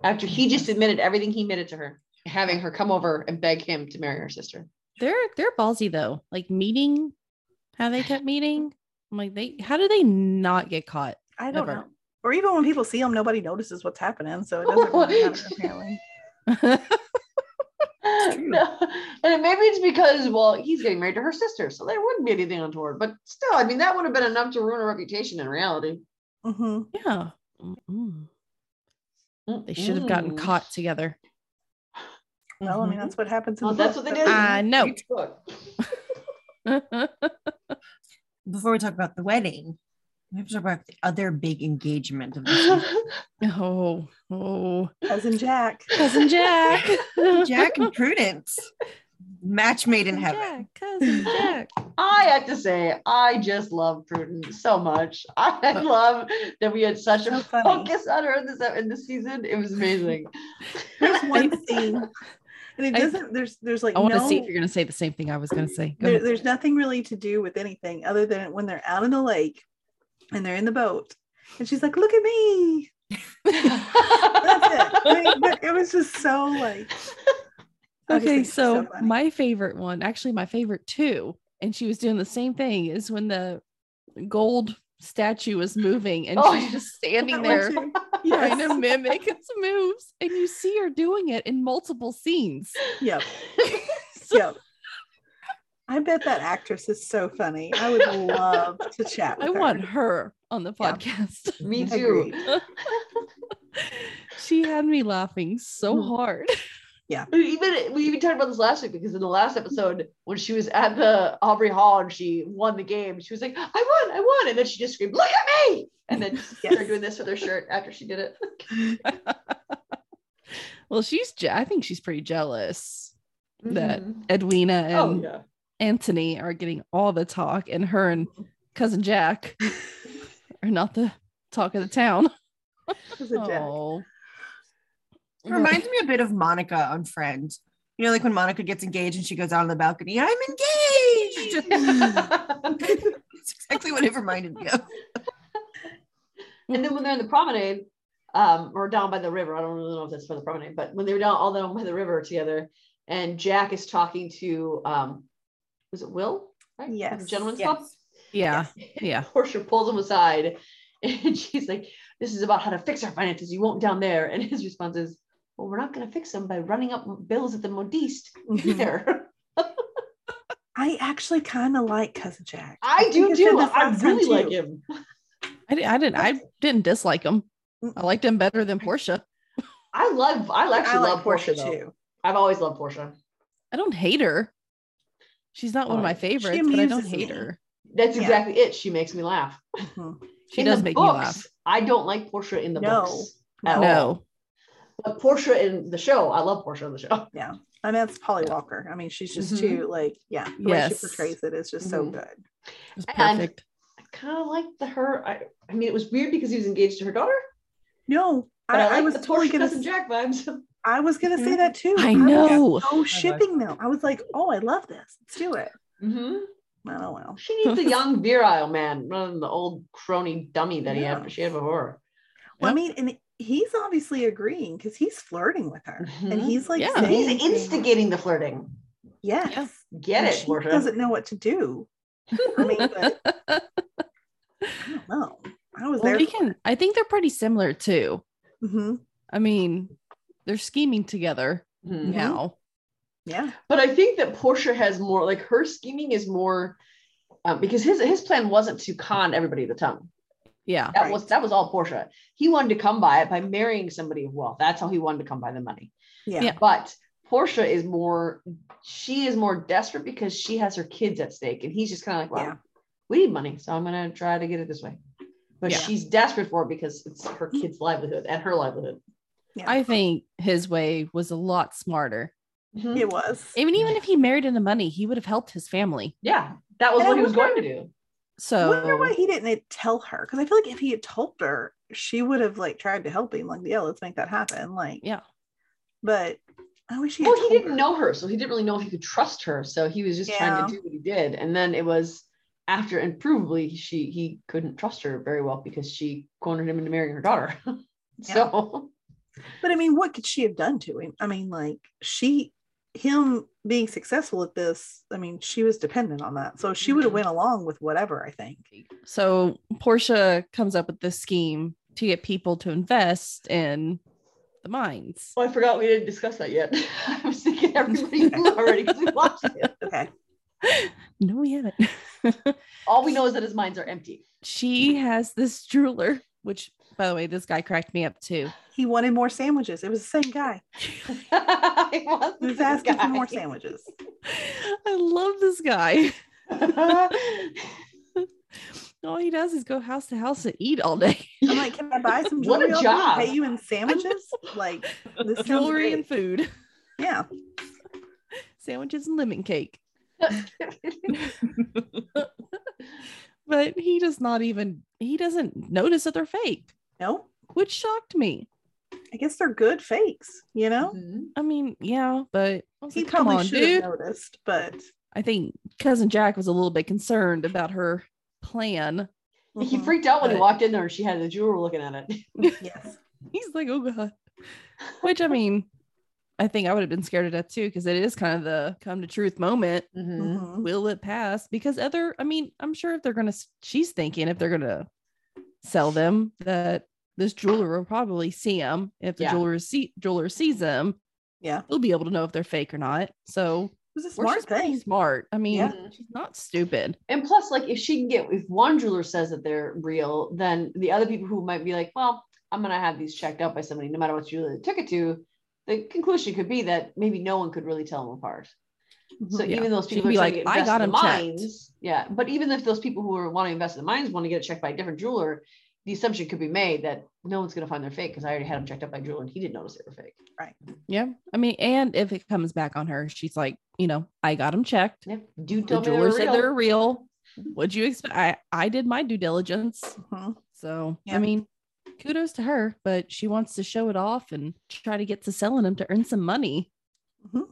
A: After he just admitted everything he admitted to her, having her come over and beg him to marry her sister.
B: they're they're ballsy though. Like meeting, how they kept meeting. I'm like they how do they not get caught? (laughs)
C: I don't
B: Never.
C: know. Or even when people see
B: (laughs)
C: them, nobody notices what's happening. So it doesn't really matter, apparently.
A: (laughs)
B: I
D: you.
A: No. And it- maybe it's because, well, he's getting married to her sister, so there wouldn't be anything untoward. But still, I mean, that would have been enough to ruin a reputation in reality.
C: Mhm.
B: Yeah. Mm-mm. Mm, They should have gotten
A: Mm-mm.
B: caught together.
C: Well, I
B: Mm-hmm.
C: mean, that's what happens. In
A: Oh,
C: the
A: that's
C: book,
A: what they
C: but-
A: did.
B: I know.
A: Each book.
B: Mm-hmm.
D: Before we talk about the wedding, we have to talk about the other big engagement of
B: (laughs)
D: the season.
A: Cousin
B: (laughs) oh, oh,
C: Cousin Jack.
B: cousin Jack, (laughs)
D: Jack and Prudence, match made in heaven.
B: cousin Jack.
A: (laughs) I have to say, I just love Prudence so much. (laughs) I
B: Oh.
A: love that we had such a
C: So funny.
A: focus on her in this, in this season. It was
B: (laughs)
A: amazing.
C: There's one scene, and it
B: I-
C: doesn't. There's there's like
B: I want to
C: no.
B: see if you're gonna say the same thing I was gonna say. Go
C: there,
B: ahead.
C: there's nothing really to do with anything other than when they're out in the lake and they're in the boat and she's like look at me that's
B: (laughs)
C: it I mean, but it was just so like I just
B: Okay,
C: think it's
B: so
C: funny.
B: my favorite one, actually my favorite two, and she was doing the same thing is when the gold statue was moving and
A: Oh,
B: she's just standing
C: That
B: there
C: one
B: (laughs)
C: too.
B: trying to
C: (laughs) yes.
B: mimic its moves, and you see her doing it in multiple scenes.
C: yep
B: (laughs) So-
C: yep i bet that actress is so funny i would love to chat with
B: (laughs) I
C: her.
B: want her on the
C: Yeah.
B: podcast.
A: (laughs)
B: (laughs)
A: Me too.
C: Agreed.
B: she had me laughing so
A: Mm.
B: hard. (laughs)
A: Even we even talked about this last week because in the last episode when she was at the Aubrey Hall and she won the game, she was like, "I won, I won!" and then she just screamed, "Look at me!" and then started doing this with her shirt after she did it.
B: Well, she's je- I think she's pretty jealous. (laughs) That-
A: Mhm.
B: Edwina and
A: oh yeah,
B: Anthony are getting all the talk, and her and cousin Jack are not the talk of the town.
C: Cousin Jack.
B: Oh,
D: It reminds me a bit of Monica on Friends. You know, like when Monica gets engaged and she goes out on the balcony, I'm
B: (laughs)
D: engaged. It's exactly what it reminded me of.
A: and then when they're in the promenade, um, or down by the river, I don't really know if that's by the promenade, but when they were down all down by the river together, and Jack is talking to, um, was it Will? Right?
C: Yes.
A: the gentleman's club.
D: Yes.
B: yeah, yeah.
A: (laughs) Portia pulls him aside and (laughs) she's like, This is about how to fix our finances. You won't down there. And his response is, Well, we're not going to fix them by running up bills at the Modiste
C: Mhm.
A: either. (laughs)
C: i actually kind of like cousin jack
A: I do
C: think said
A: too.
C: this
A: I
C: last time
A: really like
C: too.
A: him.
B: I, di- I didn't. I didn't dislike him. I liked him better than Portia.
A: I love, I actually
C: I like
A: love Portia, though.
C: too
A: I've always loved Portia.
B: I don't hate her. She's not one of
A: Oh,
B: my
A: she
B: favorites, but I don't
C: amuses
B: hate
C: me.
B: her.
A: That's
C: Yeah.
A: exactly it. She makes me laugh.
C: Mhm.
B: She
A: In
B: does
A: the
B: make me
A: books,
B: laugh.
A: I don't like Portia in the
C: No.
A: books. at all.
B: No,
A: But Portia in the show, I love Portia in the show. (laughs)
C: And that's Polly Walker. I mean, she's just
A: Mhm.
C: too like, yeah, the way
B: Mm-hmm. Yes. Mm-hmm.
C: she portrays it is just so
A: Mhm.
C: good.
B: it was
A: And-
B: perfect.
A: I kind of liked the her. I, I mean, it was weird because he was engaged to her daughter,
C: No,
A: but
C: I,
A: I,
C: I
A: like
C: was
A: the
C: totally
A: Portia
C: gonna
A: cousin Jack vibes. (laughs)
C: I was gonna say
D: Mhm.
C: that too.
B: Mm-hmm. I know.
C: was
B: (laughs)
C: so shipping though. I was like, oh, I love this. Let's do it.
A: hmm
C: Oh well.
A: She needs
C: (laughs)
A: a young virile man rather than the old crony dummy that he had she had before.
B: Yep.
C: Well, I mean, and he's obviously agreeing because he's flirting with her. And
A: Mhm.
C: he's like
B: Mm-hmm. Yeah.
A: He's
C: saying things-
A: instigating the flirting.
C: Yes.
B: Yeah.
A: Get
C: And
A: it,
C: she
A: Portia.
C: doesn't know what to do. I mean,
B: (laughs)
C: but I don't know. I was
B: Well,
C: there.
B: we can. I think they're pretty similar too.
C: Mhm.
B: I mean, they're scheming together
A: Mhm.
B: now.
C: Yeah.
A: But I think that Portia has more like her scheming is more um, because his his plan wasn't to con everybody to come.
B: Yeah,
A: That
C: Right.
A: was that was all Portia. He wanted to come by it by marrying somebody of wealth. That's how he wanted to come by the money.
C: Yeah.
B: Yeah.
A: (laughs) But Portia is more she is more desperate because she has her kids at stake and he's just kind of like, well,
C: Yeah.
A: we need money, so I'm gonna try to get it this way. But
B: Yeah.
A: she's desperate for it because it's her kids' livelihood and her livelihood.
B: I think his way was a lot smarter.
A: Mhm.
C: It was.
B: I mean, even if he married into money, he would have helped his family.
A: Yeah, that was
C: And I
A: what he was
C: wonder-
A: going to do.
B: So
C: wonder why he didn't tell her because I feel like if he had told her, she would have like tried to help him. Like, yeah, let's make that happen. Like,
B: Yeah.
C: But I wish he.
A: Well,
C: had
A: he
C: told
A: didn't
C: her.
A: know her, so he didn't really know if he could trust her. So he was just trying to do what he did. And then it was after, and provably she he couldn't trust her very well because she cornered him into marrying her daughter. (laughs) so
C: But I mean, what could she have done to him? I mean, like she, him being successful at this. I mean, she was dependent on that, so she would have
B: Mm-hmm.
A: Mhm.
C: went along with whatever. I think.
B: so Portia comes up with this scheme to get people to invest in the mines.
A: oh, I forgot we didn't discuss that yet. (laughs) I was thinking can
C: (laughs)
A: everybody know already because we watched it.
C: Okay.
B: No, we haven't.
A: All we know is that his minds are empty.
B: (laughs)
A: (laughs)
B: she has this jeweler, which, by the way, this guy cracked me up too.
C: He wanted more sandwiches. It was the same guy.
A: I want
B: (laughs)
C: He was
A: this
C: asking for
A: guy. (laughs)
C: more sandwiches.
B: (laughs) I love this guy. (laughs) All he does is go house to house and eat all day. (laughs)
C: I'm like, can I buy some
A: What a
C: jewelry? I'll just
A: job.
C: Pay you in sandwiches?
B: (laughs)
C: Like this sounds
B: Jewelry
C: great.
B: and food, (laughs)
C: yeah.
B: sandwiches and lemon cake. But he does not even, he doesn't notice that they're fake,
C: No,
B: which shocked me.
C: I guess they're good fakes. You know,
A: Mhm.
B: I mean, yeah, but I was
C: he
B: Mm-hmm. like, come
C: probably
B: on,
C: should
B: dude.
C: have noticed, but
B: I think cousin Jack was a little bit concerned about her plan. (laughs)
A: He
C: Mhm.
A: freaked out when he
B: But-
A: walked in there and she had the jeweler looking at it.
C: yes,
B: He's like, oh god. Which I mean, I think I would have been scared to death too, because it is kind of the come to truth moment.
A: Mhm.
C: Mhm.
B: Will it pass? Because other, I mean, I'm sure if they're gonna, she's thinking if they're gonna sell them that this jeweler will probably see them. If the
A: Yeah.
B: jeweler see jeweler sees them,
C: yeah, it
B: he'll be able to know if they're fake or not. So
C: was a
B: or
C: smart
B: she's pretty
C: thing.
B: smart. I mean,
C: Yeah.
B: she's not stupid.
A: And plus, like, if she can get, if one jeweler says that they're real, then the other people who might be like, well, I'm going to have these checked out by somebody, no matter what jeweler they took it to, the conclusion could be that maybe no one could really tell them apart. So
B: Mm-hmm. Yeah.
A: even those
B: She
A: people
B: could
A: who
B: be
A: are
B: like,
A: like,
B: "I
A: invest
B: got
A: in the
B: 'em checked."
A: mines, yeah. But even if those people who are wanting to invest in the mines want to get it checked by a different jeweler, the assumption could be made that no one's going to find they're fake because I already had them checked out by a jeweler and he didn't notice they were fake.
B: Yeah. I mean, and if it comes back on her, she's like, you know, I got them checked.
A: Yep. Do
B: The
A: tell me
B: jeweler
A: they're
B: said
A: real.
B: they're real.
C: Mm-hmm.
B: What'd you expect? I, I did my due diligence.
C: Mhm.
B: So, I
C: Yeah.
B: mean, kudos to her, but she wants to show it off and try to get to selling them to earn some money.
C: Mhm.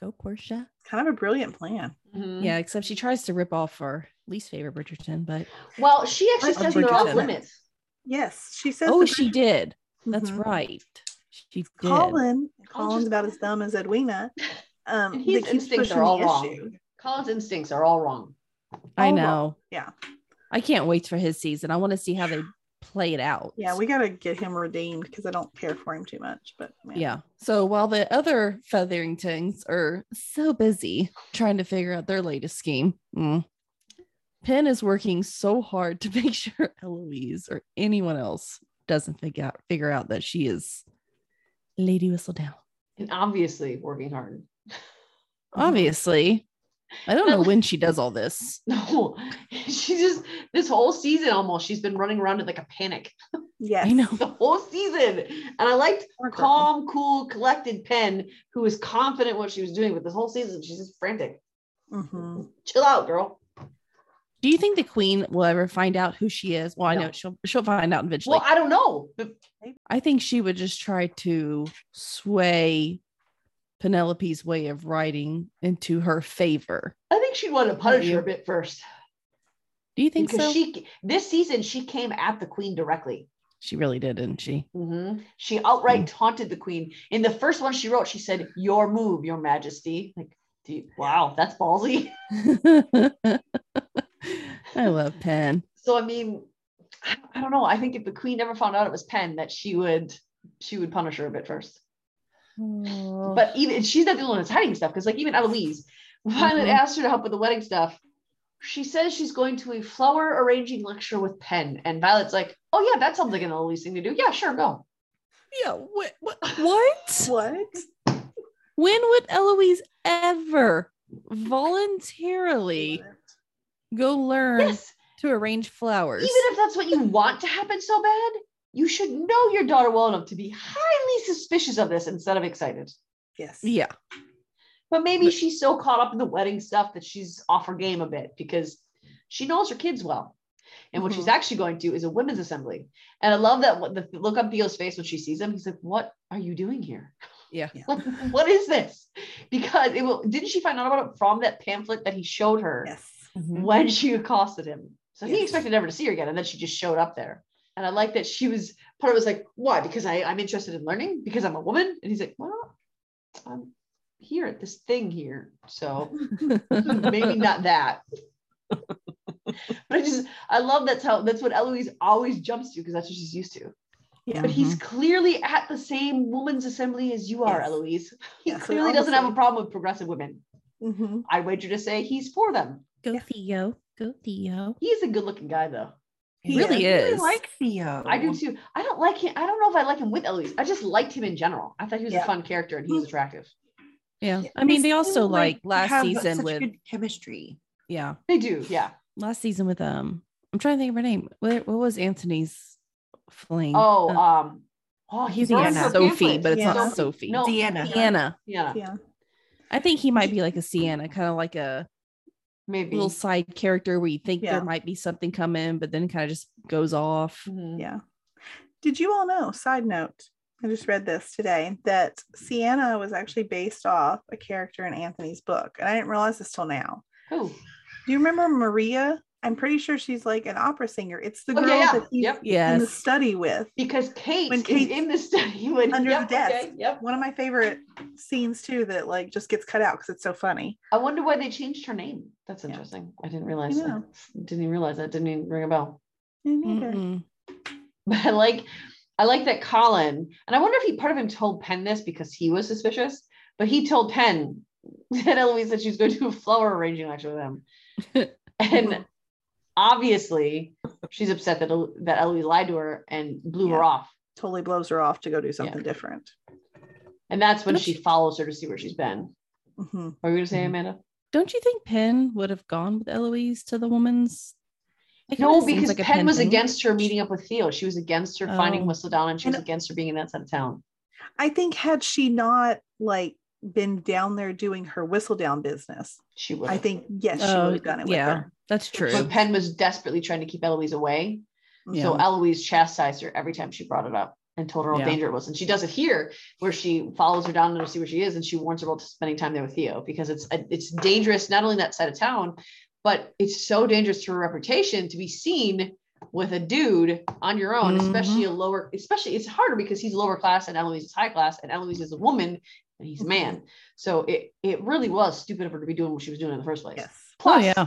B: Go, Portia.
C: Kind of a brilliant plan.
A: Mhm.
B: Yeah. Except she tries to rip off our least favorite Bridgerton,
C: (laughs)
B: but
A: Well, she actually
C: Like
A: says they're off
B: Bridgerton.
A: limits.
C: Yes, she says.
B: oh,
C: the-
B: she did. That's
C: Mhm.
B: right. She did.
C: Colin. Colin's
A: just-
C: about as dumb as Edwina. Um,
A: And his
C: that keeps
A: instincts are
C: pushing the
A: all wrong.
C: issue.
A: Colin's instincts are all wrong.
B: I
C: all
B: know.
C: wrong. Yeah.
B: I can't wait for his season. I want to see how
C: (sighs)
B: they play it out.
C: Yeah, we gotta get him redeemed because I don't care for him too much. But man.
B: Yeah. So while the other Featheringtons are so busy trying to figure out their latest scheme, mm, Penn is working so hard to (laughs) make sure Eloise or anyone else doesn't figure out figure out that she is Lady Whistledown.
A: and obviously working hard. (laughs)
B: Obviously, I don't know when she does all this.
A: No, she just this whole season almost she's been running around in like a panic (laughs)
C: Yes.
B: I know.
A: the whole season. And I liked
C: Poor girl.
A: calm, cool, collected Pen, who was confident what she was doing. But this whole season she's just frantic.
C: Mhm.
A: Chill out, girl.
B: Do you think the Queen will ever find out who she is? Well, I
A: No.
B: know she'll she'll find out eventually.
A: Well, I don't know. But
B: I think she would just try to sway Penelope's way of writing into her favor.
A: I think she'd want to punish her a bit first
B: Do you think
A: because
B: so? She,
A: she this season she came at the queen directly.
B: really did, didn't she? (laughs)
A: Mhm. She outright
B: Mm.
A: taunted the queen. In the first one she wrote, she said, "Your move, Your Majesty." Like, do you- wow, that's ballsy. (laughs)
B: I love Penn.
A: so I mean, I I don't know. I think if the queen never found out it was Penn, that she would she would punish her a bit first. But even she's not the only one that's hiding stuff because like even Eloise, Violet
B: Mhm.
A: asked her to help with the wedding stuff. She says she's going to a flower arranging lecture with Penn, and Violet's like, "Oh yeah, that sounds like an Eloise thing to do. Yeah, sure, go."
B: yeah, what, what? What?
C: What?
B: When would Eloise ever voluntarily go learn
A: Yes,
B: to arrange flowers?
A: even if that's what you want to happen so bad, you should know your daughter well enough to be highly suspicious of this instead of excited.
C: Yes.
B: yeah,
A: But maybe she's so caught up in the wedding stuff that she's off her game a bit because she knows her kids well. And what she's
C: Mhm.
A: actually going to is a women's assembly. And I love that what the look on Theo's face when she sees him, he's like, What are you doing here?
B: yeah.
A: (laughs) Like, what is this? Because it will didn't she find out about it from that pamphlet that he showed her
C: Yes.
B: Mm-hmm.
A: when she accosted him? So he
C: Mm-hmm. Yes.
A: expected never to see her again. And then she just showed up there. And I like that she was part of it was like, why? Because I, I'm interested in learning, because I'm a woman. And he's like, Well, I'm here at this thing here. So
C: (laughs)
B: (laughs)
A: maybe not that but i just i love that's how that's what eloise always jumps to because that's what she's used to
C: Yeah.
A: But he's clearly at the same woman's assembly as you are,
C: Mm-hmm.
A: Eloise.
C: Yes.
A: He
C: Yes, so
A: clearly doesn't have a
C: obviously-
A: problem with progressive women.
C: Mhm.
A: I wager to say he's for them.
B: Go
C: Yeah.
B: Theo. Go Theo.
A: He's a good-looking guy, though.
D: He
B: really
D: I
B: is.
D: really like Theo.
A: I do too. I don't like him. I don't know if I like him with Eloise. I just liked him in general. I thought he was a
C: Yeah.
A: fun character and he was attractive.
B: Yeah.
D: Yeah,
B: I mean, they also
D: seem
B: like
D: they
B: last
D: have
B: season
D: such
B: with
D: good chemistry.
B: yeah.
A: They do, yeah.
B: Last season with um I'm trying to think of her name. What, what was Anthony's fling?
A: Oh,
B: Uh,
A: um, oh, he's
B: he's thinking
D: Deanna.
B: Sophie, but it's
C: Yeah.
B: not Sophie.
A: No,
D: Deanna.
B: Deanna.
A: Oh, Yeah,
C: Yeah.
B: I think he might be like a Sienna, kind of like a
A: maybe.
B: little side character where you think
C: Yeah.
B: there might be something coming, but then kind of just goes off.
A: Mhm.
C: Yeah. Did you all know, side note, I just read this today that Sienna was actually based off a character in Anthony's book. And I didn't realize this till now.
A: Who?
C: Do you remember Maria? I'm pretty sure she's like an opera singer. It's the
A: Oh,
C: girl
A: yeah, yeah.
C: that he's
A: Yep.
C: in the
B: Yes.
C: study with.
A: Because Kate
C: When
A: is
C: Kate's
A: in the study (laughs) when
C: under the
A: yep,
C: desk.
A: okay, yep.
C: One of my favorite scenes too that like just gets cut out because it's so funny.
A: I wonder why they changed her name. That's
C: Yeah.
A: interesting. I didn't realize.
C: know.
A: I didn't even realize that. Didn't even ring a bell.
C: Me neither.
B: Mm-mm.
A: (laughs) But I like, I like that Colin. And I wonder if he part of him told Penn this because he was suspicious. But he told Penn (laughs) that Eloise said she was going to do a flower arranging lecture with him, and obviously she's upset that El- that Eloise lied to her and blew her
C: Yeah.
A: off.
C: Totally blows her off to go do something different.
A: And that's when
B: Don't
A: she
B: you-
A: follows her to see where she's been.
C: Mhm.
A: Are you gonna say
D: Mhm.
A: Amanda?
B: Don't you think Penn would have gone with Eloise to the woman's? It kinda
A: No,
B: seems
A: because
B: like a
A: Penn was
B: thing.
A: against her meeting up with Theo. She was against her finding
B: Oh.
A: Whistledown and she was
C: And-
A: against her being in that side of town.
C: I think had she not like been down there doing her whistle down business,
A: She would.
C: I think yes, she
B: Oh,
C: would have done it
B: yeah.
C: with her.
B: That's true.
A: But Penn was desperately trying to keep Eloise away. So
C: Mm-hmm.
B: Yeah.
A: Eloise chastised her every time she brought it up and told her how
B: Yeah.
A: danger it was. And she does it here where she follows her down to see where she is and she warns her about spending time there with Theo because it's uh, it's dangerous, not only that side of town, but it's so dangerous to her reputation to be seen with a dude on your own, especially
B: Mm-hmm.
A: a lower, especially it's harder because he's lower class and Eloise is high class and Eloise is a woman and he's a man. So it it really was stupid of her to be doing what she was doing in the first place.
C: Yes.
B: Oh
A: Plus,
B: yeah.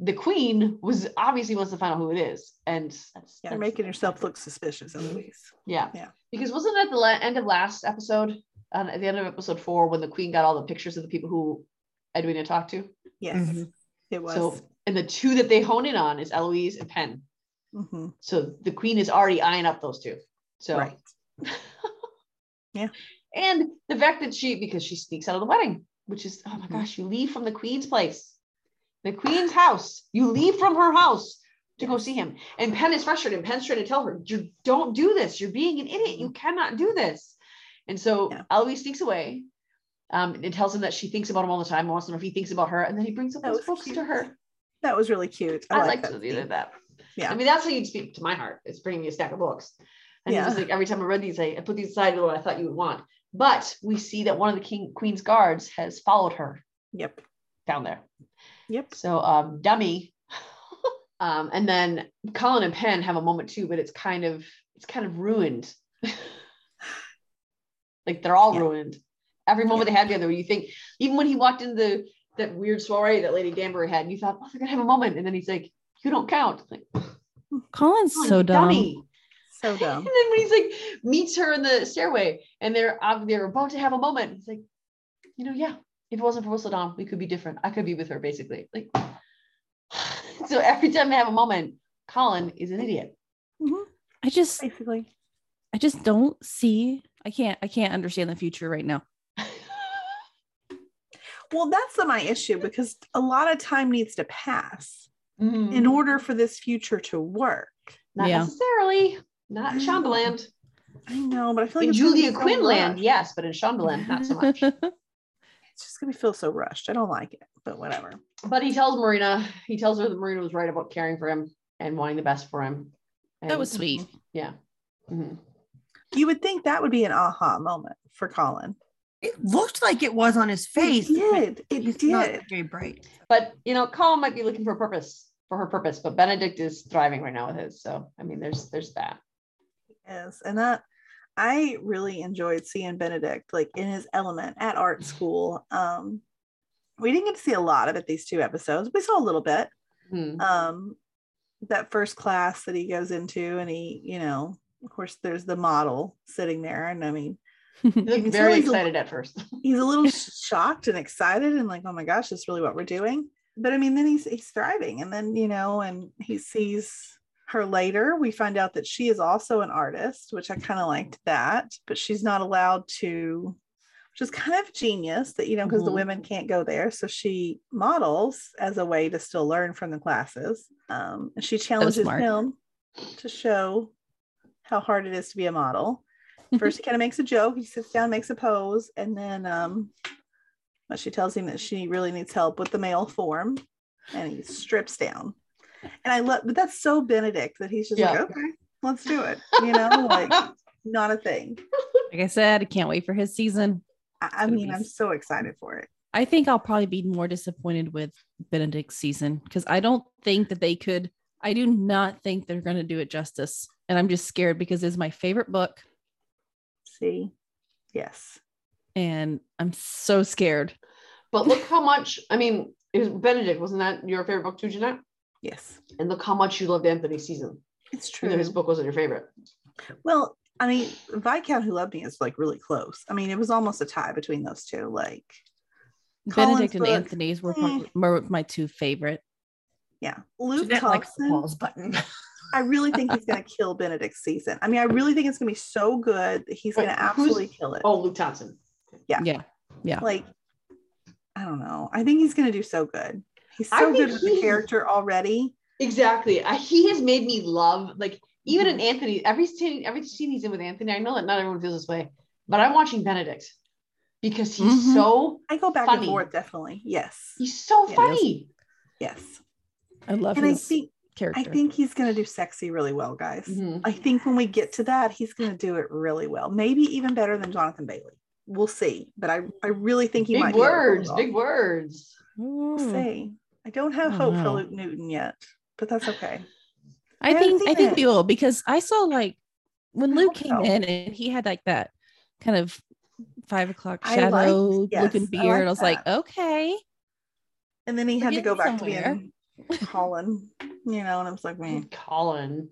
A: the queen was obviously wants to find out who it is, and that's,
C: Yeah,
A: that's-
C: You're making yourself look suspicious,
A: Mm-hmm.
C: Eloise.
A: yeah.
C: Yeah.
A: Because wasn't it at the la- end of last episode, um, at the end of episode four, when the queen got all the pictures of the people who Edwina talked to?
C: Yes,
B: Mm-hmm.
D: Mhm.
C: it was.
A: So, and the two that they hone in on is Eloise and Penn.
C: Mhm.
A: So the queen is already eyeing up those two. So,
C: Right.
A: (laughs)
C: Yeah.
A: And the fact that she, because she sneaks out of the wedding, which is, oh my
C: Mhm.
A: gosh, you leave from the queen's place, the queen's house, you leave from her house to go see him. And Penn is frustrated. And Penn's trying to tell her, you don't do this. You're being an idiot. You cannot do this. And so
C: Mm-hmm. Yeah.
A: Eloise sneaks away um, and tells him that she thinks about him all the time and wants to know if he thinks about her. And then he brings up
C: That
A: those
C: was
A: books to
C: cute.
A: her.
C: That was really cute.
A: I,
C: I,
A: like
C: like
A: to
C: that.
A: do
C: scene.
A: that.
C: Yeah.
A: I mean, that's how you'd speak to my heart. It's bringing me a stack of books. And it's
C: Yeah.
A: just like every time I read these, I, I put these aside to what I thought you would want. But we see that one of the king queen's guards has followed her
C: Yep.
A: down there.
C: Yep.
A: So um dummy. (laughs) um, and then Colin and Penn have a moment too, but it's kind of it's kind of ruined. (laughs) like they're all
C: Yeah.
A: ruined. Every moment they had together, you think even when he walked into the that weird soiree that Lady Danbury had, and you thought, oh, they're gonna have a moment, and then he's like, you don't count. Like,
B: Colin's
A: "Colin,
B: so dumb.
A: dummy.
C: So
A: And
D: (laughs)
C: dumb.
A: then when he's like meets her in the stairway and they're ob- they're about to have a moment, he's like, you know, yeah, if it wasn't for Whistle Dawn, we could be different. I could be with her basically. Like (sighs) so every time they have a moment, Colin is an idiot. (laughs)
C: Mhm.
B: I just
C: Basically.
B: I just don't see. I can't I can't understand the future right now.
C: Well, that's my issue because a lot of time needs to pass
D: Mm-hmm.
C: in order for this future to work.
A: Not
B: Yeah.
A: necessarily. Not in Shondaland.
C: Mm-hmm. I know, but I feel like
A: In
C: it's gonna be
A: Julia
C: so
A: Quinn land,
C: rushed.
A: yes, but in Shondaland, not so
B: (laughs)
C: (laughs)
A: much.
C: It's just gonna feel so rushed. I don't like it, but whatever.
A: but he tells Marina, he tells her that Marina was right about caring for him and wanting the best for him.
B: that
A: And-
B: was sweet.
A: Mhm.
C: You would think that would be an aha moment for Colin.
D: It looked like it was on his face.
C: It did. It
D: It's
C: did.
D: not very bright.
A: but you know, Colin might be looking for a purpose for her purpose, but Benedict is thriving right now with his. So I mean, there's there's that.
C: Yes, and that I really enjoyed seeing Benedict like in his element at art school. Um, we didn't get to see a lot of it these two episodes. We saw a little bit.
A: Hmm.
C: Um, that first class that he goes into, and he, you know, of course, there's the model sitting there, and I mean,
A: He looked
C: can tell
A: very
C: he's a-
A: excited at (laughs) first.
C: he's a little shocked and excited, and like, oh my gosh, that's really what we're doing. But I mean, then he's he's thriving, and then you know, and he sees her later. We find out that she is also an artist, which I kind of liked that, but she's not allowed to, which is kind of genius that you know, because the
B: Mhm.
C: women can't go there, so she models as a way to still learn from the classes. Um, and she challenges
B: smart.
C: him to show how hard it is to be a model. First, he kind of makes a joke. He sits down, makes a pose, and then um, but she tells him that she really needs help with the male form, and he strips down. And I love, but that's so Benedict that he's just
A: Yeah.
C: like, okay, let's do it. You know, like
A: (laughs)
C: not a thing.
B: Like I said, I can't wait for his season.
C: I, I
B: Gonna
C: mean,
B: be-
C: I'm so excited for it.
B: I think I'll probably be more disappointed with Benedict's season because I don't think that they could. I do not think they're going to do it justice, and I'm just scared because it's my favorite book,
C: See, yes,
B: and I'm so scared.
A: but look how much, I mean, it was Benedict, wasn't that your favorite book too, Jeanette?
C: yes,
A: And look how much you loved Anthony's season.
C: it's
A: Even though his
C: true.
A: book wasn't your favorite.
C: Well, I mean, Viscount Who Loved Me is like really close. I mean, it was almost a tie between those two. Like, Colin's
B: Benedict and
C: book. Mm.
B: Anthony's were probably were my two favorite.
C: yeah, Luke
D: Jeanette likes the
C: Thompson.
D: pause button. (laughs)
C: I really think he's going to kill Benedict's season. I mean, I really think it's going to be so good that he's going
A: Wait,
C: to
A: who's-
C: absolutely kill it.
A: Oh, Luke Thompson.
B: yeah.
C: Like, I don't know. I think he's going to do so good. He's
A: I
C: so
A: think
C: good with
A: he-
C: the character already.
A: Exactly. I, he has made me love, like, even in Anthony, every scene, every scene he's in with Anthony, I know that not everyone feels this way, but I'm watching Benedict because he's
B: Mhm.
A: so,
C: I go back
A: Funny.
C: and forth, definitely. Yes.
A: he's so
C: Yeah, he is.
A: funny.
C: Yes.
B: I love
C: And I
B: his
C: think I
B: character.
C: think he's going to do sexy really well, guys.
A: Mhm.
C: I think when we get to that, he's going to do it really well. Maybe even better than Jonathan Bailey. We'll see. But I, I really think he might
A: Big
C: be able to pull it
A: words,
C: off.
A: big words.
B: Ooh.
C: We'll see. I don't have
B: Oh,
C: hope for
B: no.
C: Luke Newton yet, but that's okay.
B: I
C: haven't
B: think I
C: seen
B: think
C: it.
B: we will because I saw like when
C: I
B: Luke
C: hope
B: came
C: so.
B: in and he had like that kind of five o'clock
C: I liked-
B: shadow looking
C: yes, I
B: beard. I,
C: like
B: was like, okay,
C: And then he had to
B: getting
C: go back
B: somewhere.
C: to
A: (laughs)
C: being Colin, you know, and I was like, man,
A: Colin.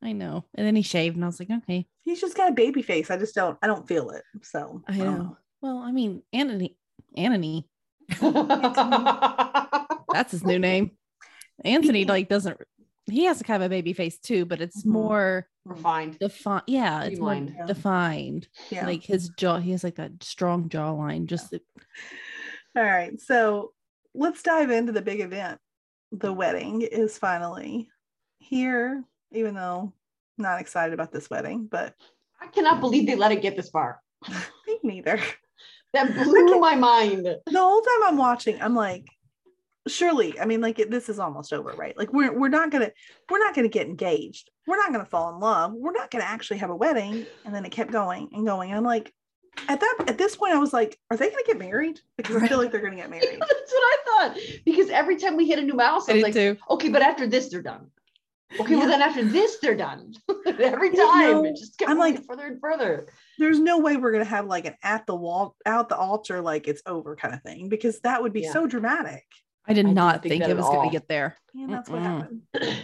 B: I know. And then he shaved, and I was like, okay,
C: he's just got a baby face. I just don't, I don't feel it. So
B: I
C: don't
B: know. Well, I mean, Anthony, Anthony,
A: That's
B: that's his new name. Anthony
C: (laughs) Speaking-
B: like doesn't. He has a kind of a baby face too, but it's
C: Mhm.
B: more
A: refined.
B: defined. Yeah, it's more
A: Streamlined.
C: Yeah.
B: defined.
C: Yeah.
B: Like his jaw, he has like that strong jawline. Just the-
C: All right. So let's dive into the big event. The wedding is finally here, even though I'm not excited about this wedding, but
A: I cannot believe they let it get this far.
C: me neither. (laughs)
A: That blew my mind.
C: the whole time I'm watching, I'm like, surely, I mean, like it, this is almost over, right? Like we're we're not gonna we're not gonna get engaged. We're not gonna fall in love. We're not gonna actually have a wedding. And then it kept going and going. And I'm like, at that at this point, I was like, are they gonna get married? Because I feel like they're gonna get married.
A: (laughs) That's what I thought. Because every time we hit a new milestone, it's like,
B: too.
A: okay, but after this, they're done. Okay, well,
C: Yeah.
A: then after this, they're done. (laughs) every
C: You
A: time,
C: know,
A: it just kept
C: I'm
A: going
C: like-
A: further and further.
C: There's no way we're gonna have like an at the wall out the altar, like it's over kind of thing, because that would be
A: Yeah.
C: so dramatic.
B: I did
A: I didn't
B: not
A: think
B: think,
A: that
B: it
A: at
B: was going
A: all.
B: to get there.
C: And that's what
B: Mm-mm.
C: happened.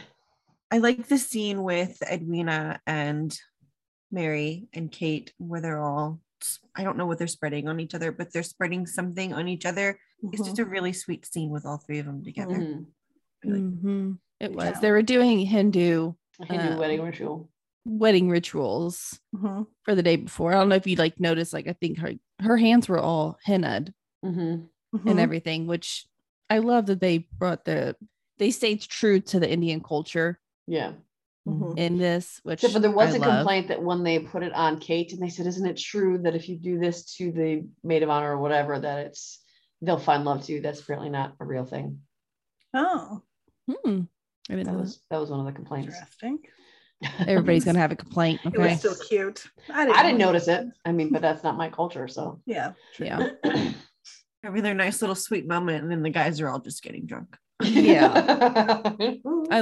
D: I like the scene with Edwina and Mary and Kate where they're all I don't know what they're spreading on each other, but they're spreading something on each other. It's
C: Mhm.
D: just a really sweet scene with all three of them together.
A: Mhm.
D: Really cool.
B: Mhm. It was.
C: Yeah.
B: They were doing Hindu
A: A Hindu
B: Um,
A: wedding ritual.
B: wedding rituals
C: Mhm.
B: for the day before. I don't know if you like noticed, like I think her her hands were all hennaed
A: Mhm.
B: and
C: Mhm.
B: everything, which I love that they brought the they stayed true to the Indian culture
A: Yeah.
C: Mhm.
B: in this, which
A: Mm-hmm. Except for there was
B: I
A: a
B: love.
A: complaint that when they put it on Kate and they said, isn't it true that if you do this to the maid of honor or whatever, that it's they'll find love too. That's apparently not a real thing.
C: Oh,
B: Hmm. I didn't
A: That
B: know
A: was that was one of the complaints.
C: interesting.
A: (laughs)
B: that. Everybody's gonna have a complaint.
C: It was
B: Okay.
C: still cute.
A: I didn't notice it. I mean, but that's not my culture. So
C: Yeah.
B: Yeah.
D: Having their nice little sweet moment, and then the guys are all just getting drunk.
A: (laughs) yeah.
B: I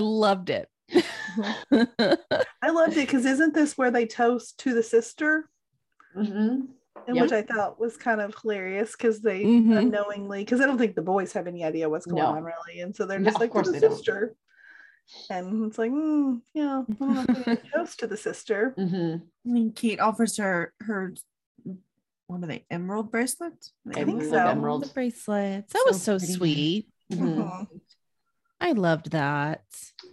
A: (laughs)
B: loved it.
C: I loved it because isn't this where they toast to the sister?
A: Mhm.
C: And
A: Yep. Mm-hmm.
C: which I thought was kind of hilarious because they
B: Mhm.
C: unknowingly, because I don't think the boys have any idea what's going
A: No.
C: on really. And so they're
A: No,
C: just
A: of
C: like, to
A: course
C: the
A: they don't.
C: sister. and it's like, mm, yeah, I don't know if I'm
A: (laughs)
C: gonna toast to the sister.
A: Mm-hmm.
D: I mean, Kate offers her her what are they? Emerald bracelets?
C: I think
A: Emerald,
C: so.
B: The
A: Emerald.
B: bracelets. That
D: So
B: was so
D: pretty.
B: sweet.
A: Mhm.
C: Mhm.
B: I loved that.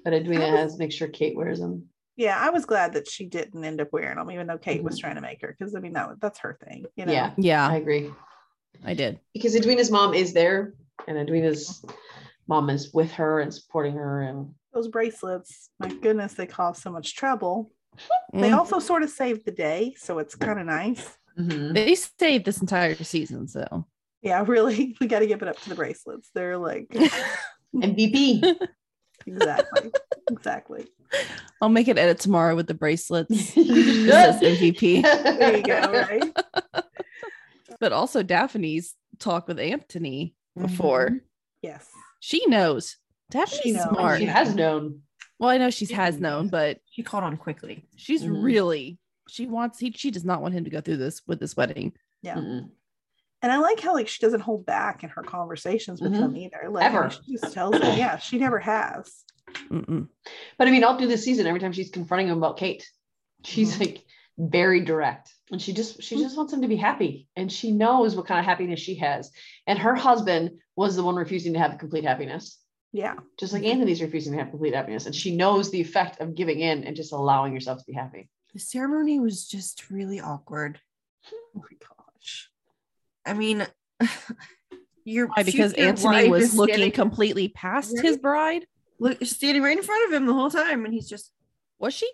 A: But Edwina
C: I was-
A: has to make sure Kate wears them.
C: Yeah, I was glad that she didn't end up wearing them, even though Kate was trying to make her. Because I mean, that was- that's her thing, you know.
A: Mm-hmm. Yeah,
B: Yeah,
A: I agree.
B: I did.
A: Because Edwina's mom is there, and Edwina's mom is with her and supporting her, and
C: Those bracelets, my goodness, they caused so much trouble. They
B: Mm.
C: also sort of saved the day, so it's kind of nice.
B: They saved this entire season, so
C: Yeah, (laughs) really, we got to give it up to the bracelets.
B: (laughs)
C: They're like
A: MVP.
C: exactly, exactly.
B: I'll make an edit tomorrow with the
A: (laughs)
B: bracelets. It says
A: there
B: MVP,
C: There you go, right?
B: but also Daphne's talk with Anthony
D: Mm-hmm.
B: before.
C: Yes.
B: She knows. Daphne's
C: She knows.
A: (laughs)
B: smart.
A: She has known.
B: Well, I know she's has
D: Mhm.
B: known, but
D: She caught on quickly.
B: she's
A: Mhm.
B: really she wants he she does not want him to go through this with this wedding.
C: Yeah.
A: Mm-mm.
C: And I like how like she doesn't hold back in her conversations with
B: Mm-hmm.
A: Mhm.
C: them either. Like I mean,
A: Ever.
C: she just tells them, yeah, she never has.
B: Mm-mm.
A: But I mean, all through this season, every time she's confronting him about Kate, she's like very direct, Mm-hmm. Mm. and she just she just wants him to be happy, and she knows what kind of happiness she has. And her husband was the one refusing to have complete happiness,
C: Yeah.
A: just like Anthony's refusing to have complete happiness, and she knows the effect of giving in and just allowing yourself to be happy.
D: The ceremony was just really awkward.
C: Oh my gosh. (laughs)
D: I mean, (laughs) your
B: Why? Because
D: future
B: Anthony
D: wife
B: was
D: is
B: looking
D: standing,
B: completely past
D: Right?
B: his bride.
D: look, standing right in front of him the whole time, and he's just
B: Was she?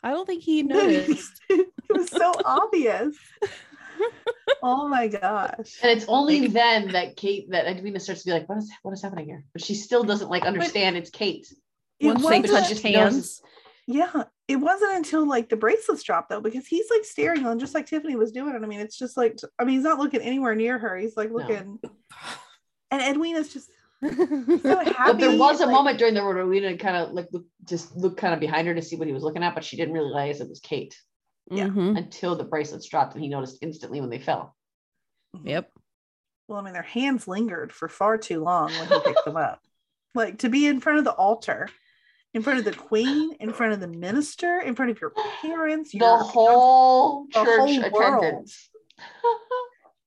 B: I don't think he noticed.
C: it was so
B: (laughs)
C: obvious. Oh my gosh.
A: And it's only then that Kate that Edwina starts to be like, what is what is happening here? But she still doesn't like understand it's Kate.
C: It
B: Once they
C: wasn't,
A: because
B: touched
A: she knows-
B: hands.
C: yeah. It wasn't until like the bracelets dropped though, because he's like staring on just like Tiffany was doing. And I mean, it's just like I mean, he's not looking anywhere near her. He's
A: (laughs)
C: like looking and Edwina's just
B: (laughs)
C: so happy.
A: But there was a
C: like-
A: moment during the road where Edwina kind of like looked, just looked kind of behind her to see what he was looking at, but she didn't realize it was Kate
C: (laughs) Yeah.
B: Mhm.
A: until the bracelets dropped and he noticed instantly when they fell.
B: Yep.
C: Well, I mean, their hands lingered for far too long when he picked them up. Like to be in front of the altar, in front of the queen, in front of the minister, in front of your parents,
A: The
C: your-
A: whole
C: The
A: church
C: whole world.
A: attendance.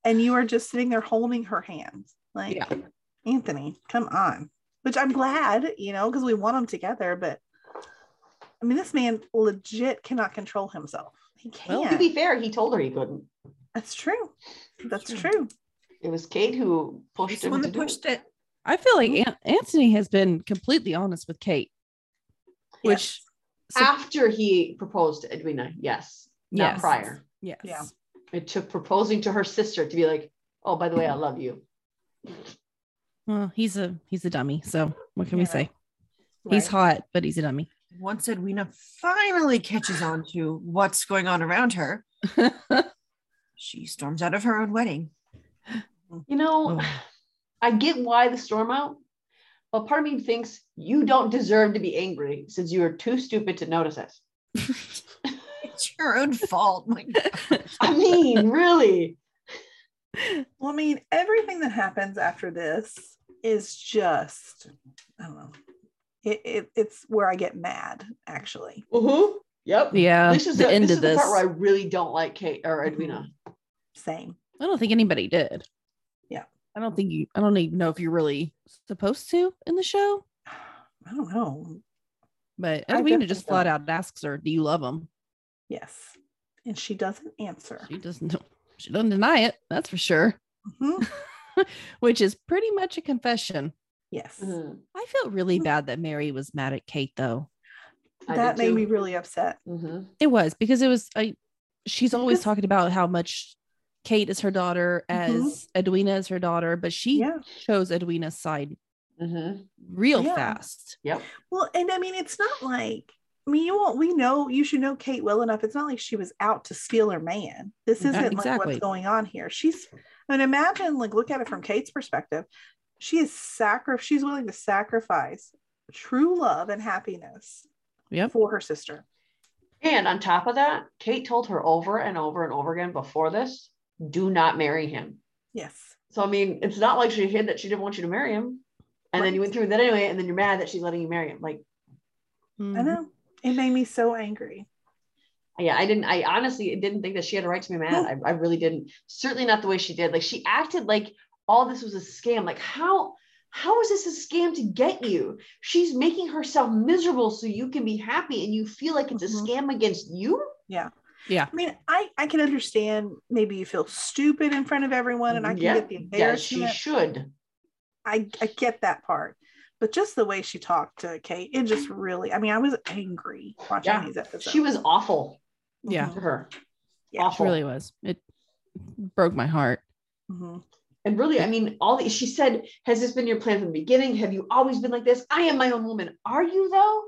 C: and you are just sitting there holding her hands. Like,
B: Yeah.
C: Anthony, come on. Which I'm glad, you know, because we want them together. But I mean, this man legit cannot control himself. He
B: Well,
A: to
C: can't.
A: be fair, he told her he couldn't.
C: That's true. That's true.
A: It was Kate who pushed
D: He's the
A: him
D: one
A: to
D: that
A: do it.
D: pushed it.
B: I feel like
C: Mm-hmm.
B: An- Anthony has been completely honest with Kate. Which- So-
A: after he proposed to Edwina. Yes, not
B: Yes.
A: prior.
B: Yes.
C: Yeah.
A: It took proposing to her sister to be like, "Oh, by the way, I love you."
B: Well, he's a he's a dummy. So what can we
C: Yeah.
B: say?
C: Yes,
B: He's
C: right.
B: hot, but he's a
C: (laughs)
B: dummy.
D: Once Edwina finally catches on to what's going on around her, she storms out of her own wedding. (laughs)
A: You know,
B: Oh.
A: I get why the storm out, but part of me thinks you don't deserve to be angry since you are too stupid to notice it.
D: It's your own fault. My (laughs) God.
A: (laughs) I mean, really.
C: Well, I mean, everything that happens after this is just, I don't know. It, it, it's where I get mad, actually.
A: Mm-hmm. Yep.
B: yeah.
A: This is
B: uh, the
A: the,
B: end
A: this
B: of
A: is the
B: this.
A: part where I really don't like Kate or Edwina.
C: Same.
B: I don't think anybody did.
C: Yeah.
B: I don't think you I don't even know if you're really supposed to in the show,
C: I don't know.
B: but
C: I
B: Edwina
C: definitely
B: just flat out asks her, Do you love him?
C: Yes. And she doesn't answer.
B: She doesn't she doesn't deny it, that's for sure.
C: Mhm.
B: Which is pretty much a confession.
C: Yes.
B: Mm-hmm.
A: Mhm.
B: I felt really bad that Mary was mad at Kate though.
A: I
C: That
A: did
C: made
A: too.
C: me really upset.
A: Mhm.
B: It was because it was I she's always
C: Because-
B: talking about how much Kate is her daughter as
A: Mm-hmm.
C: Mhm.
B: Edwina is her daughter, but she
C: Yeah.
B: chose Edwina's side
A: Mhm.
B: real
C: Yeah.
B: fast.
A: Yep.
C: Well, and I mean, it's not like, I mean, you won't, we know, you should know Kate well enough. It's not like she was out to steal her man. This
A: Yeah,
C: isn't like
B: exactly.
C: what's going on here. She's, I mean, imagine, like, look at it from Kate's perspective. She is sacri- she's willing to sacrifice true love and happiness
B: Yep.
C: for her sister.
A: And on top of that, Kate told her over and over and over again before this, do not marry him.
C: Yes.
A: So I mean, it's not like she hid that she didn't want you to marry him. And then you went through with that anyway, and then you're mad that she's letting you marry him. Like, Mm-hmm.
C: I
B: Mm-hmm.
C: know. It made me so angry.
A: yeah, I didn't. I honestly didn't think that she had a right to be mad. I, I really didn't. Certainly not the way she did. Like, she acted like all this was a scam. Like, how how is this a scam to get you? She's making herself miserable so you can be happy, and you feel like it's
C: Mhm.
A: a scam against you.
C: I mean, I I can understand maybe you feel stupid in front of everyone, and I can
A: Yeah.
C: get the
A: Yes, she
C: embarrassment.
A: should.
C: I I get that part, but just the way she talked to Kate, it just really. I mean, I was angry watching
A: Yeah.
C: these episodes.
A: She was Mhm. awful
B: Yeah.
A: to her.
C: Yeah,
B: It
A: awful.
B: really was. It broke my heart.
C: Mhm.
A: And really, I mean, all the, she said, has this been your plan from the beginning? Have you always been like this? I am my own woman. Are you though?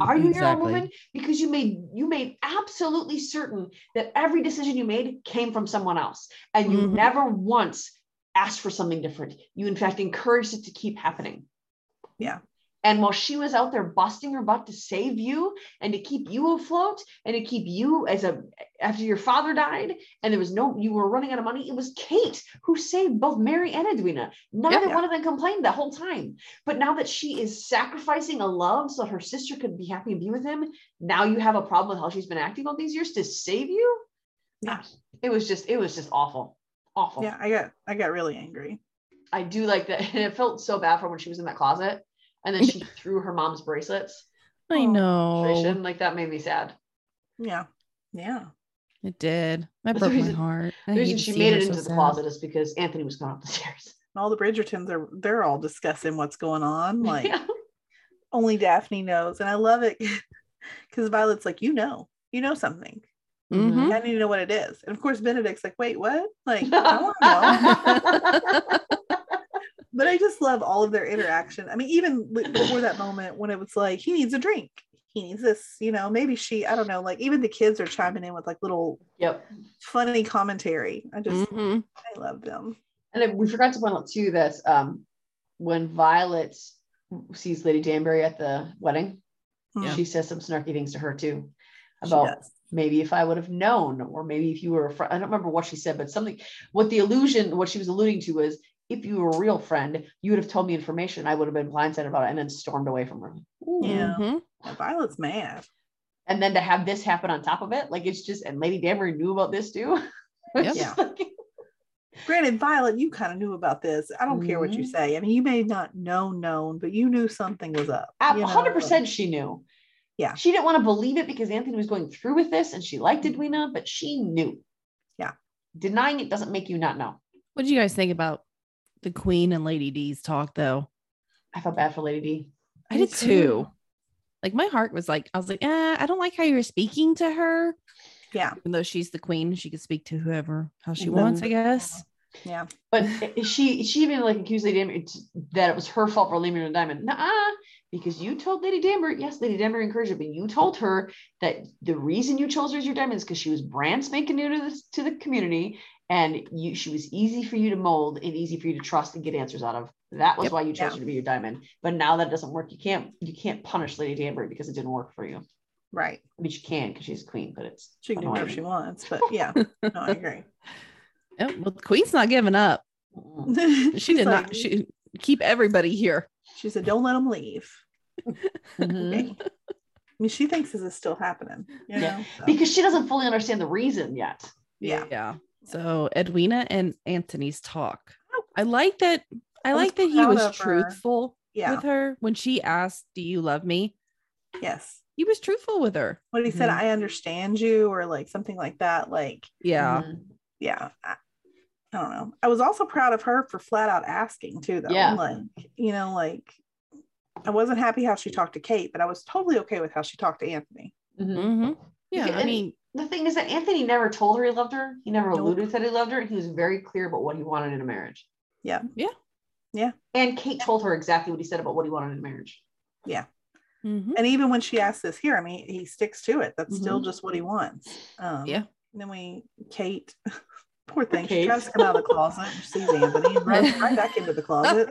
A: Are you your own
B: Exactly.
A: woman? Because you made you made absolutely certain that every decision you made came from someone else. And you
B: Mhm.
A: never once asked for something different. You in fact encouraged it to keep happening.
C: Yeah.
A: And while she was out there busting her butt to save you and to keep you afloat and to keep you as a after your father died and there was no you were running out of money, it was Kate who saved both Mary and Edwina. Neither
C: Yeah.
A: one of them complained that whole time. But now that she is sacrificing a love so her sister could be happy and be with him, now you have a problem with how she's been acting all these years to save you.
C: Yeah.
A: It was just it was just awful. Awful.
C: Yeah, I got I got really angry.
A: I do like that. (laughs) And it felt so bad for when she was in that closet and then
C: (laughs)
A: she threw her mom's bracelets.
B: I
C: Oh,
B: know.
A: situation. Like that made me sad.
C: Yeah, yeah.
B: It did.
A: The
B: That broke
A: reason-
B: my heart.
A: The
B: I hate
A: reason
B: to
A: she
B: see
A: made
B: her
A: it
B: so
A: into the
B: sad. (laughs)
A: closet is because Anthony was gone up the stairs.
C: And all the Bridgertons are they're all discussing what's
A: (laughs)
C: going on. Like
A: Yeah.
C: only Daphne knows, and I love it (laughs) because Violet's like, you know, you know something.
A: Mm-hmm.
B: Mhm.
C: I need to know what it is. And of course, Benedict's like, wait, what? Like,
A: (laughs)
C: I want to know. but I just love all of their interaction. I mean, even li- before that moment when it was like, he needs a drink, he needs this, you know, maybe she, I don't know, like even the kids are chiming in with like little
A: Yep.
C: funny commentary. I just,
A: Mm-hmm.
B: Mhm.
C: I love them.
A: And then we forgot to point out too that um, when Violet sees Lady Danbury at the wedding,
C: Yeah.
A: she says some snarky things to her too
C: Hmm. She
A: about
C: does.
A: maybe if I would have known, or maybe if you were a friend. I don't remember what she said, but something, what the illusion, what she was alluding to was if you were a real friend, you would have told me information. I would have been blindsided about it and then stormed away from her.
C: Yeah.
B: Mhm.
C: And Violet's mad.
A: And then to have this happen on top of it, like it's just, and Lady Danbury knew about this too. (laughs)
B: Yep.
A: It's just like-
C: Granted, Violet, you kind of knew about this. I don't care what
B: Mm-hmm.
C: you say. I mean, you may not know known, but you knew something was up.
A: A
C: you know?
A: 100% she knew.
C: Yeah. Mm-hmm.
A: She didn't want to believe it because Anthony was going through with this and she liked Edwina, but she knew.
C: Yeah.
A: Denying it doesn't make you not know.
B: What do you guys think about the Queen and Lady D's talk though?
A: I felt bad for Lady D.
B: I
C: Me
B: did too. Like my heart was like, I was like, eh, I don't like how you're speaking to her.
C: Yeah.
B: Even though she's the queen, she could speak to whoever how she
A: Mhm.
B: wants, I guess.
C: Yeah.
A: But i- she she even like accused Lady Danbury t- that it was her fault for leaving her diamond. Nah, because you told Lady Danbury, yes, Lady Danbury encouraged her, but you told her that the reason you chose her as your diamond is because she was brand spanking new to the, to the community, and you she was easy for you to mold and easy for you to trust and get answers out of. That was
B: Yep.
A: why you chose
C: Yeah.
A: her to be your diamond. But now that doesn't work. You can't you can't punish Lady Danbury because it didn't work for you. I
C: Right.
A: mean, you can because she's queen, but it's
C: She can do whatever she
A: annoying.
C: wants. But
B: (laughs)
C: yeah, no, I agree. (laughs)
B: Oh, well, the queen's not giving up.
A: Mm.
B: She
C: She's
B: did
C: like,
B: not she keep everybody here.
C: She said, "Don't let them leave."
A: Mhm.
C: Okay. I mean, she thinks this is still happening. You
A: Yeah.
C: know? So,
A: Because she doesn't fully understand the reason yet.
C: yeah,
B: (laughs) Yeah. So Edwina and Anthony's talk. I like that I
C: was
B: like that he
C: proud
B: was
C: of her.
B: truthful
C: yeah,
B: with her when she asked, Do you love me?
C: yes.
B: He was truthful with her.
C: What he said,
A: Mhm.
C: "I understand you," or like something like that. Like,
B: Yeah.
A: Mhm.
C: yeah, I, I don't know. I was also proud of her for flat out asking too, though.
A: Yeah.
C: Like, you know, like I wasn't happy how she talked to Kate, but I was totally okay with how she talked to Anthony.
A: Mhm.
B: hmm Yeah.
A: Because-
B: I
A: and-
B: mean,
A: the thing is that Anthony never told her he loved her. He never
C: Nope.
A: alluded that he loved her. He was very clear about what he wanted in a marriage.
C: Yeah.
B: Yeah.
C: Yeah.
A: And Kate told her exactly what he said about what he wanted in a marriage.
B: mhm.
C: And even when she asked this here, I mean, he sticks to it. That's still
A: Mhm.
C: just what he wants. Um,
B: Mm-hmm. Yeah.
C: And then we, Kate, (laughs) poor thing, she
A: Kate.
C: tries to come out of the closet. She sees Anthony
B: (laughs)
C: and runs right back into the closet.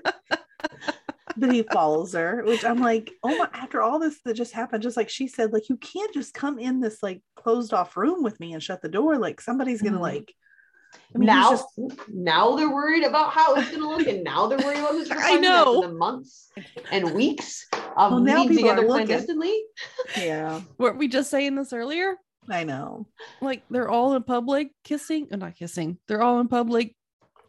C: But he follows her, which I'm like, oh my, after all this that just happened, just like she said, like, you
B: Mm-hmm.
C: can't just come in this like closed off room with me and shut the door. Like, somebody's going to
A: Mhm.
C: like I mean, he's
A: now,
C: just-
A: now they're worried about how it's going to look, and now they're
C: (laughs)
A: worried about this.
B: I know.
A: the months and weeks of
C: Well, now
A: meeting
C: people are
A: together
C: looking.
A: clandestinely.
C: yeah,
B: Weren't we just saying this earlier?
C: I know.
B: Like they're all in public kissing, or not kissing. They're all in public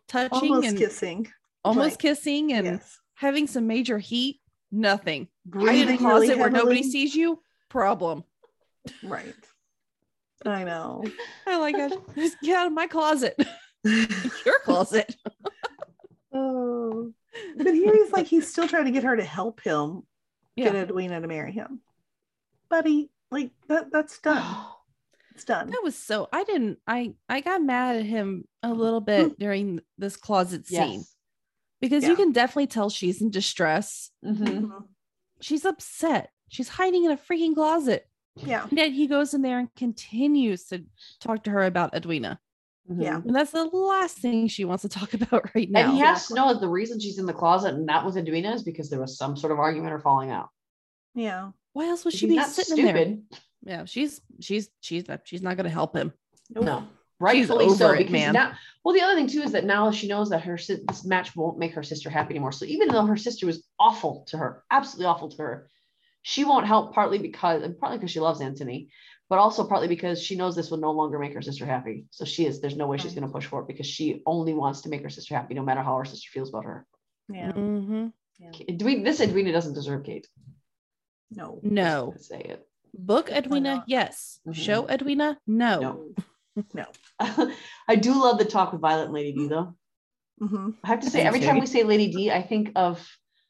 B: touching
C: Almost
B: and
C: kissing.
B: almost
C: right.
B: kissing and
C: yes.
B: having some major heat. Nothing. Hidden
C: Breathing
B: closet
C: really
B: where nobody
C: heavily.
B: sees you. Problem.
C: Right. I know.
B: I like
A: (laughs)
B: it. Just get out of my closet. Your closet.
C: Oh. (laughs) But here he's like he's still trying to get her to help him
B: Yeah.
C: get Edwina to marry him. Buddy, like that that's
A: (gasps)
C: done. It's
B: (laughs)
C: done.
B: That was so. I didn't. I I got mad at him
A: (laughs)
B: a little bit during this closet
A: (sighs)
B: scene
A: yes.
B: because
C: Yeah.
B: you can definitely tell she's in distress.
A: Mhm.
C: Mm-hmm.
B: She's upset. She's hiding in a freaking closet.
C: Yeah.
B: And then he goes in there and continues to talk to her about Edwina,
C: Yeah.
B: and that's the last thing she wants to talk (laughs) about right
A: And
B: now.
A: he has to know that the reason she's in the closet and not with Edwina is because there was some sort of argument or falling out.
C: Yeah.
B: Why else would she
A: She's
B: be
A: not
B: sitting in
A: stupid.
B: there? Yeah, she's she's she's not she's not going to help him.
C: Nope.
A: No, rightfully
B: over
A: so.
B: it,
A: because
B: man.
A: now, well, the other thing too is that now she knows that her sis- this match won't make her sister happy anymore. So even though her sister was awful to her, absolutely awful to her, she won't help partly because and partly because she loves Anthony, but also partly because she knows this will no longer make her sister happy. So she is there's no way she's
C: Right.
A: going to push for it because she only wants to make her sister happy, no matter how her sister feels about her.
C: Yeah.
A: Mm-hmm.
B: Mhm.
A: Edwina, this Edwina doesn't deserve Kate.
C: No.
B: No,
A: Let's say it.
B: book
C: Definitely
B: Edwina.
C: not.
B: Yes,
A: Mhm.
B: show Edwina. No.
A: No.
B: (laughs)
A: (laughs) I do love the talk with Violet and Lady D though.
C: Mm-hmm.
A: I have to say,
B: Me
A: every
B: too.
A: time we say Lady D, I think of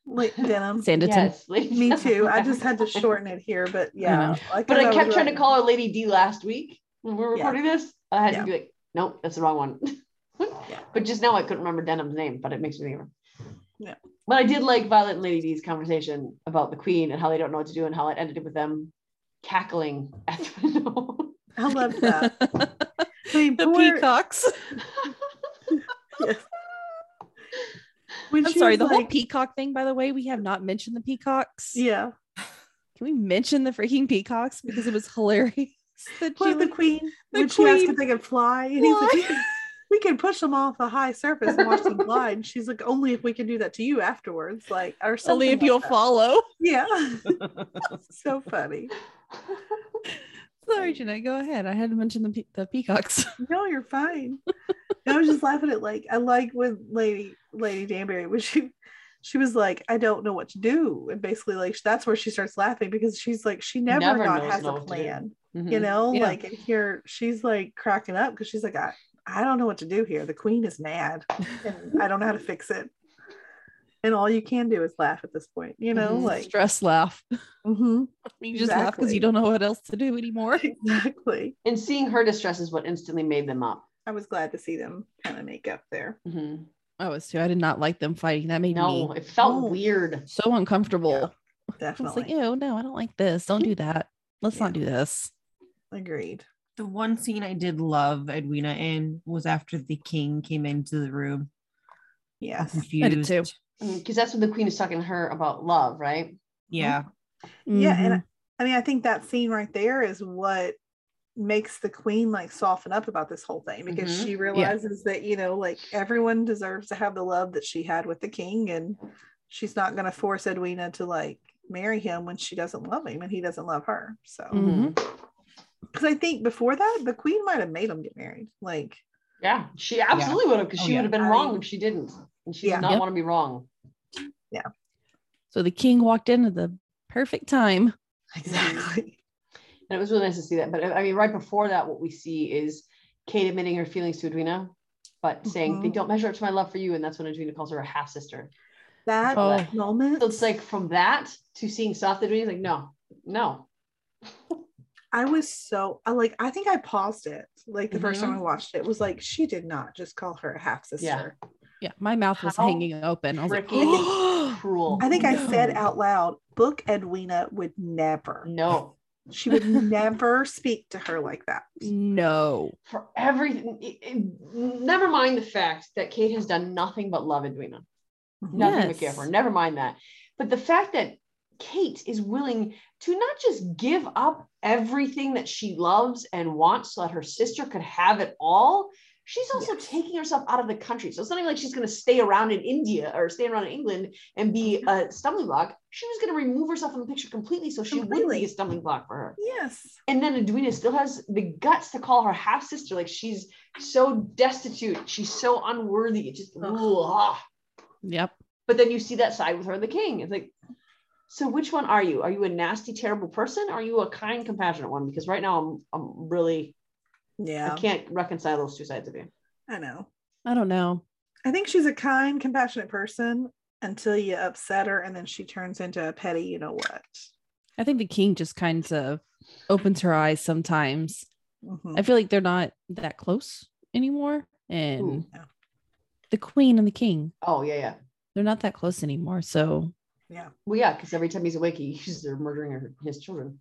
C: Like
B: (laughs)
C: denim.
B: Sanditon.
A: Yes, Lady (laughs)
C: Me
A: Di.
C: too. I just had to shorten it here, but yeah.
B: know.
C: like
A: But I
C: was
A: kept trying to
C: like-
A: call her Lady D last week when we were
C: Yeah.
A: recording this. I had
C: Yeah.
A: to be like, nope, that's the wrong one. (laughs) But just now I couldn't remember Denham's name, but it makes me think of her.
C: Yeah.
A: But I did like Violet and Lady D's conversation about the Queen and how they don't know what to do and how it ended up with them cackling at the (laughs) window.
C: I love that.
B: the
C: I mean, poor- (laughs)
B: peacocks.
C: when
B: I'm
C: she
B: sorry,
C: was
B: the whole
C: like-
B: peacock thing, by the way, we have not mentioned the peacocks.
C: Yeah.
B: Can we mention the freaking peacocks? Because it was hilarious. (laughs) that
C: Well,
B: she
C: the
B: was-
C: queen.
B: the
C: when she asked
B: queen.
C: if they could fly, and he's like, we could, we could push them off a high surface and watch them fly. And she's like, only if we can do that to you afterwards, like, or something.
B: only if
C: like
B: you'll
C: that.
B: follow. (laughs)
C: Yeah. (laughs) so funny.
B: Sorry, Jeanette, go ahead. I hadn't mentioned the, pe- the peacocks. (laughs)
C: No, you're fine. I was just laughing at like I like when Lady Lady Danbury when she she was like, I don't know what to do. And basically like that's where she starts laughing because she's like, she never,
A: Never
C: not
A: knows
C: has
A: not
C: a
A: what to do.
C: plan.
A: Mhm.
C: You know,
B: Mm-hmm. Yeah.
C: like and here she's like cracking up because she's like, I, I don't know what to do here. The queen is mad and I don't know how to fix it. And all you can do is laugh at this point, you know,
B: Mm-hmm.
A: Mhm.
C: like
B: Stress laugh. (laughs) mm-hmm.
C: mhm,
B: You just laugh because
C: Exactly.
B: you don't know what else to do anymore.
C: (laughs) exactly.
A: And seeing her distress is what instantly made them up.
C: I was glad to see them kind of make up there.
A: Mhm.
B: I was too. I did not like them fighting. That made
A: No,
B: me
A: it felt
C: Oh.
A: weird.
B: so uncomfortable. I was
C: Definitely
B: like, ew, no, I don't like this. Don't do that. Let's not do this.
C: agreed.
D: The one scene I did love Edwina in was after the king came into the room. all
C: Yes.
D: Confused.
B: I did too.
A: Because that's when the Queen is talking to her about love, right?
D: Yeah.
C: Yeah,
B: Mhm.
C: and I- I mean, I think that scene right there is what makes the queen like soften up about this whole thing because
A: Mhm.
C: she realizes that you know, like everyone deserves to have the love that she had with the king, and she's not going to force Edwina to like marry him when she doesn't love him and he doesn't love her.
A: Mm.
C: So,
B: Mhm.
C: because I think before that, the queen might have made him get married. Like,
A: Yeah, she absolutely would have, because
D: Oh,
A: she
D: yeah.
A: would have been
C: I-
A: wrong if she didn't. And she
C: Yeah.
A: did not
B: Yep.
A: want to be wrong.
B: So the king walked in at the perfect time.
C: exactly.
A: And it was really nice to see that. But uh, I mean, right before that, what we see is Kate admitting her feelings to Edwina, but saying they
C: Mhm.
A: don't measure up to my love for you. And that's when Edwina calls her a half sister.
C: (laughs) That
B: Oh.
C: moment,
A: So it's like from that to seeing soft Edwina, like, no, no.
C: I was so I like I think I paused it like the first time I watched it was like she did not just call her a half sister.
B: Yeah, my mouth was
A: How
B: hanging open. I was like,
A: freaking
B: (gasps) "Oh."
A: Cruel.
C: I think I said
B: No.
C: out loud, Book Edwina would never.
A: no.
C: She would never speak to her like that.
B: no.
A: For everything, it- it- never mind the fact that Kate has done nothing but love Edwina. nothing but care
B: Yes.
A: for. Never mind that. But the fact that Kate is willing to not just give up everything that she loves and wants so that her sister could have it all, She's also taking herself out of the country. So it's not even like she's going to stay around in India or stay around in England and be a stumbling block. She was going to remove herself from the picture completely so she wouldn't
C: Completely.
A: be a stumbling block for her.
C: Yes.
A: And then Edwina still has the guts to call her half sister. Like she's so destitute. She's so unworthy. It just,
C: Ugh.
A: ooh, ah.
B: Yep.
A: But then you see that side with her and the king. It's like, so which one are you? Are you a nasty, terrible person? Or are you a kind, compassionate one? Because right now I'm, I'm really,
C: Yeah.
A: I can't reconcile those two sides of you.
C: I know.
B: I don't know.
C: I think she's a kind, compassionate person until you upset her and then she turns into a petty, you know what.
B: I think the king just kind of opens her eyes sometimes.
C: Mhm.
B: I feel like they're not that close anymore. And
A: Ooh.
C: Yeah.
B: the queen and the king,
A: Oh yeah, yeah.
B: they're not that close anymore. So
A: Well, yeah, because every time he's awake, he uses they're murdering her, his children.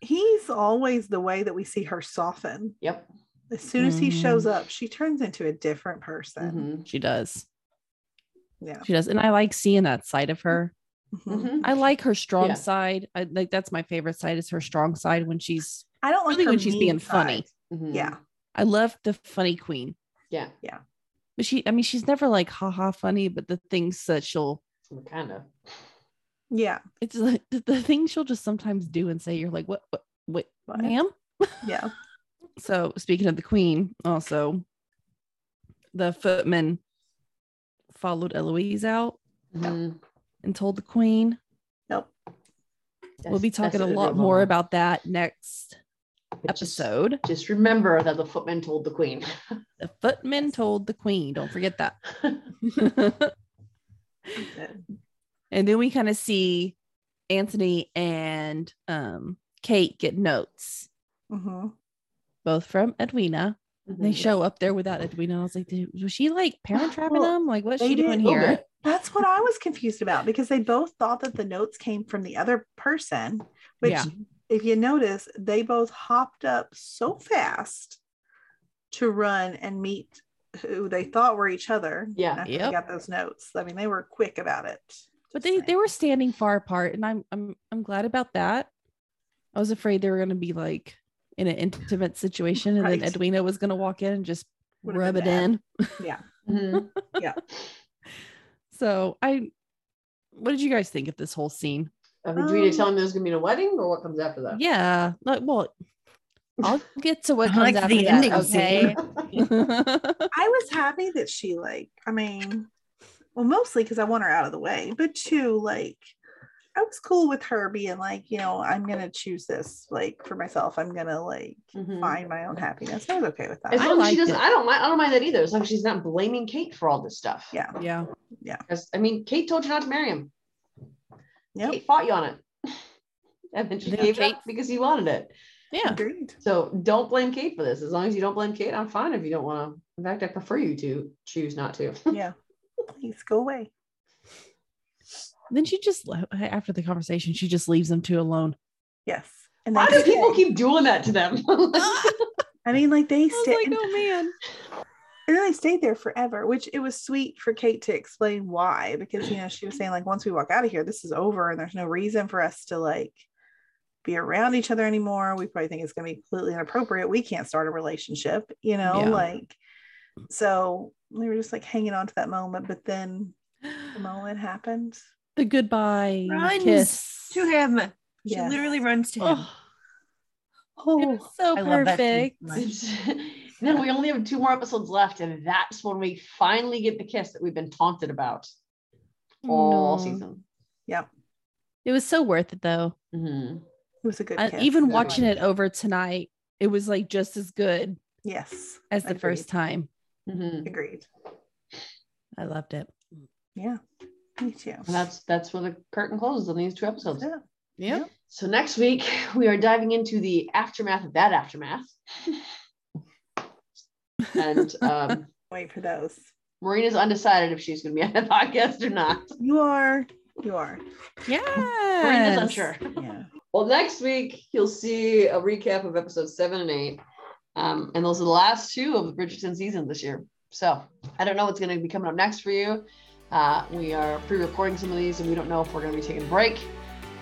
C: He's always the way that we see her soften.
A: Yep.
C: As soon as he
B: Mhm.
C: shows up, she turns into a different person.
A: Mhm.
B: she does.
C: Yeah.
B: She does. And I like seeing that side of her.
C: Mhm.
A: Mhm.
B: I like her strong
A: Yeah.
B: side. I like that's my favorite side is her strong side when she's
C: I don't like
B: Really
C: her
B: when she's
C: mean
B: being
C: side.
B: funny.
A: Mhm.
C: Yeah.
B: I love the funny queen.
A: Yeah.
B: But she I mean she's never like haha funny, but the things that she'll
A: Kind of.
C: Yeah.
B: it's like (laughs) the, the things she'll just sometimes do and say you're like what what what
C: What?
B: ma'am?
C: Yeah.
B: So speaking of the queen, also the footman followed Eloise out
A: Mm-hmm.
B: and told the queen.
C: Nope.
B: we'll be talking a lot more about that next
A: Just,
B: episode.
A: just remember that the footman told the queen.
B: The footman told the queen. Don't forget that. (laughs) and then we kind of see Anthony and um, Kate get notes,
C: hmm
B: both from Edwina. (laughs) They show up there without Edwina. I was like, "Dude, was she like parent
C: (gasps)
B: trapping
C: Well,
B: them? Like, what's
C: they
B: she doing
C: didn't-
B: here?
C: That's what I was confused about because they both thought that the notes came from the other person, which,
B: Yeah.
C: if you notice, they both hopped up so fast to run and meet who they thought were each other.
A: Yeah.
C: after they
B: Yep.
C: got those notes. I mean, they were quick about it.
B: But they they were standing far apart, and I'm I'm I'm glad about that. I was afraid they were going to be like in an intimate situation, and then
C: Right.
B: Edwina was going to walk in and just
C: Would've
B: rub it
C: been bad.
B: in.
A: Mhm.
B: So I, what did you guys think of this whole scene?
A: Of Adrina
C: Um,
A: telling me there's gonna be a wedding or what comes after that?
B: Yeah, like well, I'll get to what
D: (laughs) I
B: comes
D: like
B: after
D: the
B: that.
D: ending
B: Okay.
D: (laughs)
C: I was happy that she like, I mean, well, mostly because I want her out of the way, but too, like, I was cool with her being like, you know, I'm gonna choose this like for myself. I'm gonna like
B: Mm-hmm.
A: Mhm.
C: find my own happiness. I was okay with
A: As
C: that.
B: I
A: long as she
B: liked
A: doesn't,
B: it.
A: I don't mind. I don't mind that either. As long as she's not blaming Kate for all this stuff.
C: Yeah.
B: (laughs) yeah,
A: 'Cause, I mean, Kate told you not to marry him.
C: Yep.
A: Kate fought you on it, (laughs) and then just
B: Yeah.
A: gave it
B: Kate-
A: up because he wanted it.
B: yeah.
C: (laughs) Agreed.
A: So don't blame Kate for this. As long as you don't blame Kate, I'm fine if you don't want to. In fact, I prefer you to choose not to.
B: (laughs)
C: Yeah. Please go away.
B: Then she just le- after the conversation, she just leaves them two
D: (gasps)
B: alone.
C: Yes. And
A: Why
C: they
A: do
C: stay.
A: people keep doing that to them? (laughs)
B: (laughs)
C: I mean, like they
B: I was
C: stay,
B: like, oh man,
C: and then they stayed there forever, which it was sweet for Kate to explain why, because you know she was saying like once we walk out of here, this is over, and there's no reason for us to like be around each other anymore. We probably think it's going to be completely inappropriate. We can't start a relationship, you know,
B: Yeah.
C: like so we were just like hanging on to that moment, but then the moment happened.
B: the goodbye
D: Runs
B: kiss
D: to him. She
C: Yes. Oh,
D: literally runs to him.
B: Oh, it's so
D: Oh, I love that scene
B: perfect.
D: so much.
A: (laughs) then we only have two more episodes left, and that's when we finally get the kiss that we've been taunted about all
D: Mm.
B: No.
A: season.
B: It was so worth it though.
A: Mhm.
C: It was a good
B: I-
C: kiss.
B: even
A: Good
B: watching
A: one.
B: it over tonight, it was like just as good
C: Yes,
B: as the
C: Agreed.
B: first time.
A: Mhm.
C: agreed.
B: I loved it.
C: Yeah, me too.
A: And that's that's where the curtain closes on these two episodes.
C: Yeah.
B: Yeah.
A: So next week (laughs) we are diving into the aftermath of that aftermath, and um,
C: Wait for those.
A: Marina's undecided if she's going to be on the (laughs) podcast or not.
C: You are. You are.
A: Marina's
B: Yeah.
A: unsure.
C: Yeah.
A: Well, next week you'll see a recap of episode seven and eight, um, and those are the last two of the Bridgerton season this year. So I don't know what's going to be coming up next for you. Uh, we are pre-recording some of these, and we don't know if we're going to be taking a break.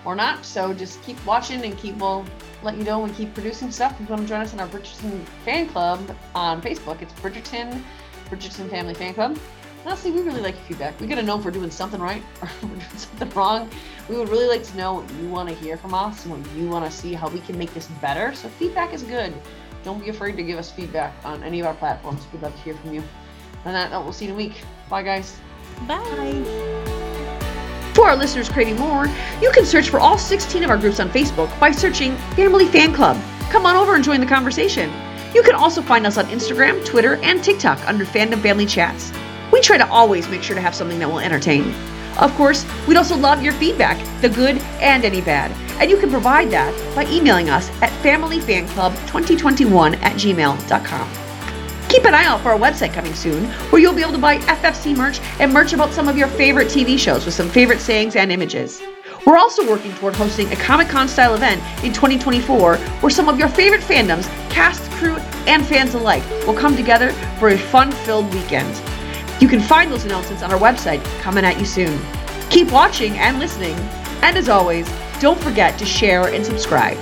A: or not. So just keep watching and keep, we'll let you know when we keep producing stuff. If you want to join us in our Bridgerton fan club on Facebook, it's Bridgerton, Bridgerton Family Fan Club. Honestly, we really like your feedback. We got to know if we're doing something right or (laughs) if we're doing something wrong. We would really like to know what you want to hear from us and what you want to see, how we can make this better. So feedback is good. Don't be afraid to give us feedback on any of our platforms. We'd love to hear from you. And that, that we'll see you in a week. Bye, guys.
B: Bye.
A: For our listeners creating more, you can search for all 16 of our groups on Facebook by searching Family Fan Club. Come on over and join the conversation. You can also find us on Instagram, Twitter, and TikTok under Fandom Family Chats. We try to always make sure to have something that will entertain. Of course, we'd also love your feedback, the good and any bad, and you can provide that by emailing us at familyfanclub2021 at gmail.com. Keep an eye out for our website coming soon, where you'll be able to buy FFC merch and merch about some of your favorite TV shows with some favorite sayings and images. We're also working toward hosting a Comic Con style event in 2024 where some of your favorite fandoms, cast, crew, and fans alike will come together for a fun filled weekend. You can find those announcements on our website coming at you soon. Keep watching and listening, and as always, don't forget to share and subscribe.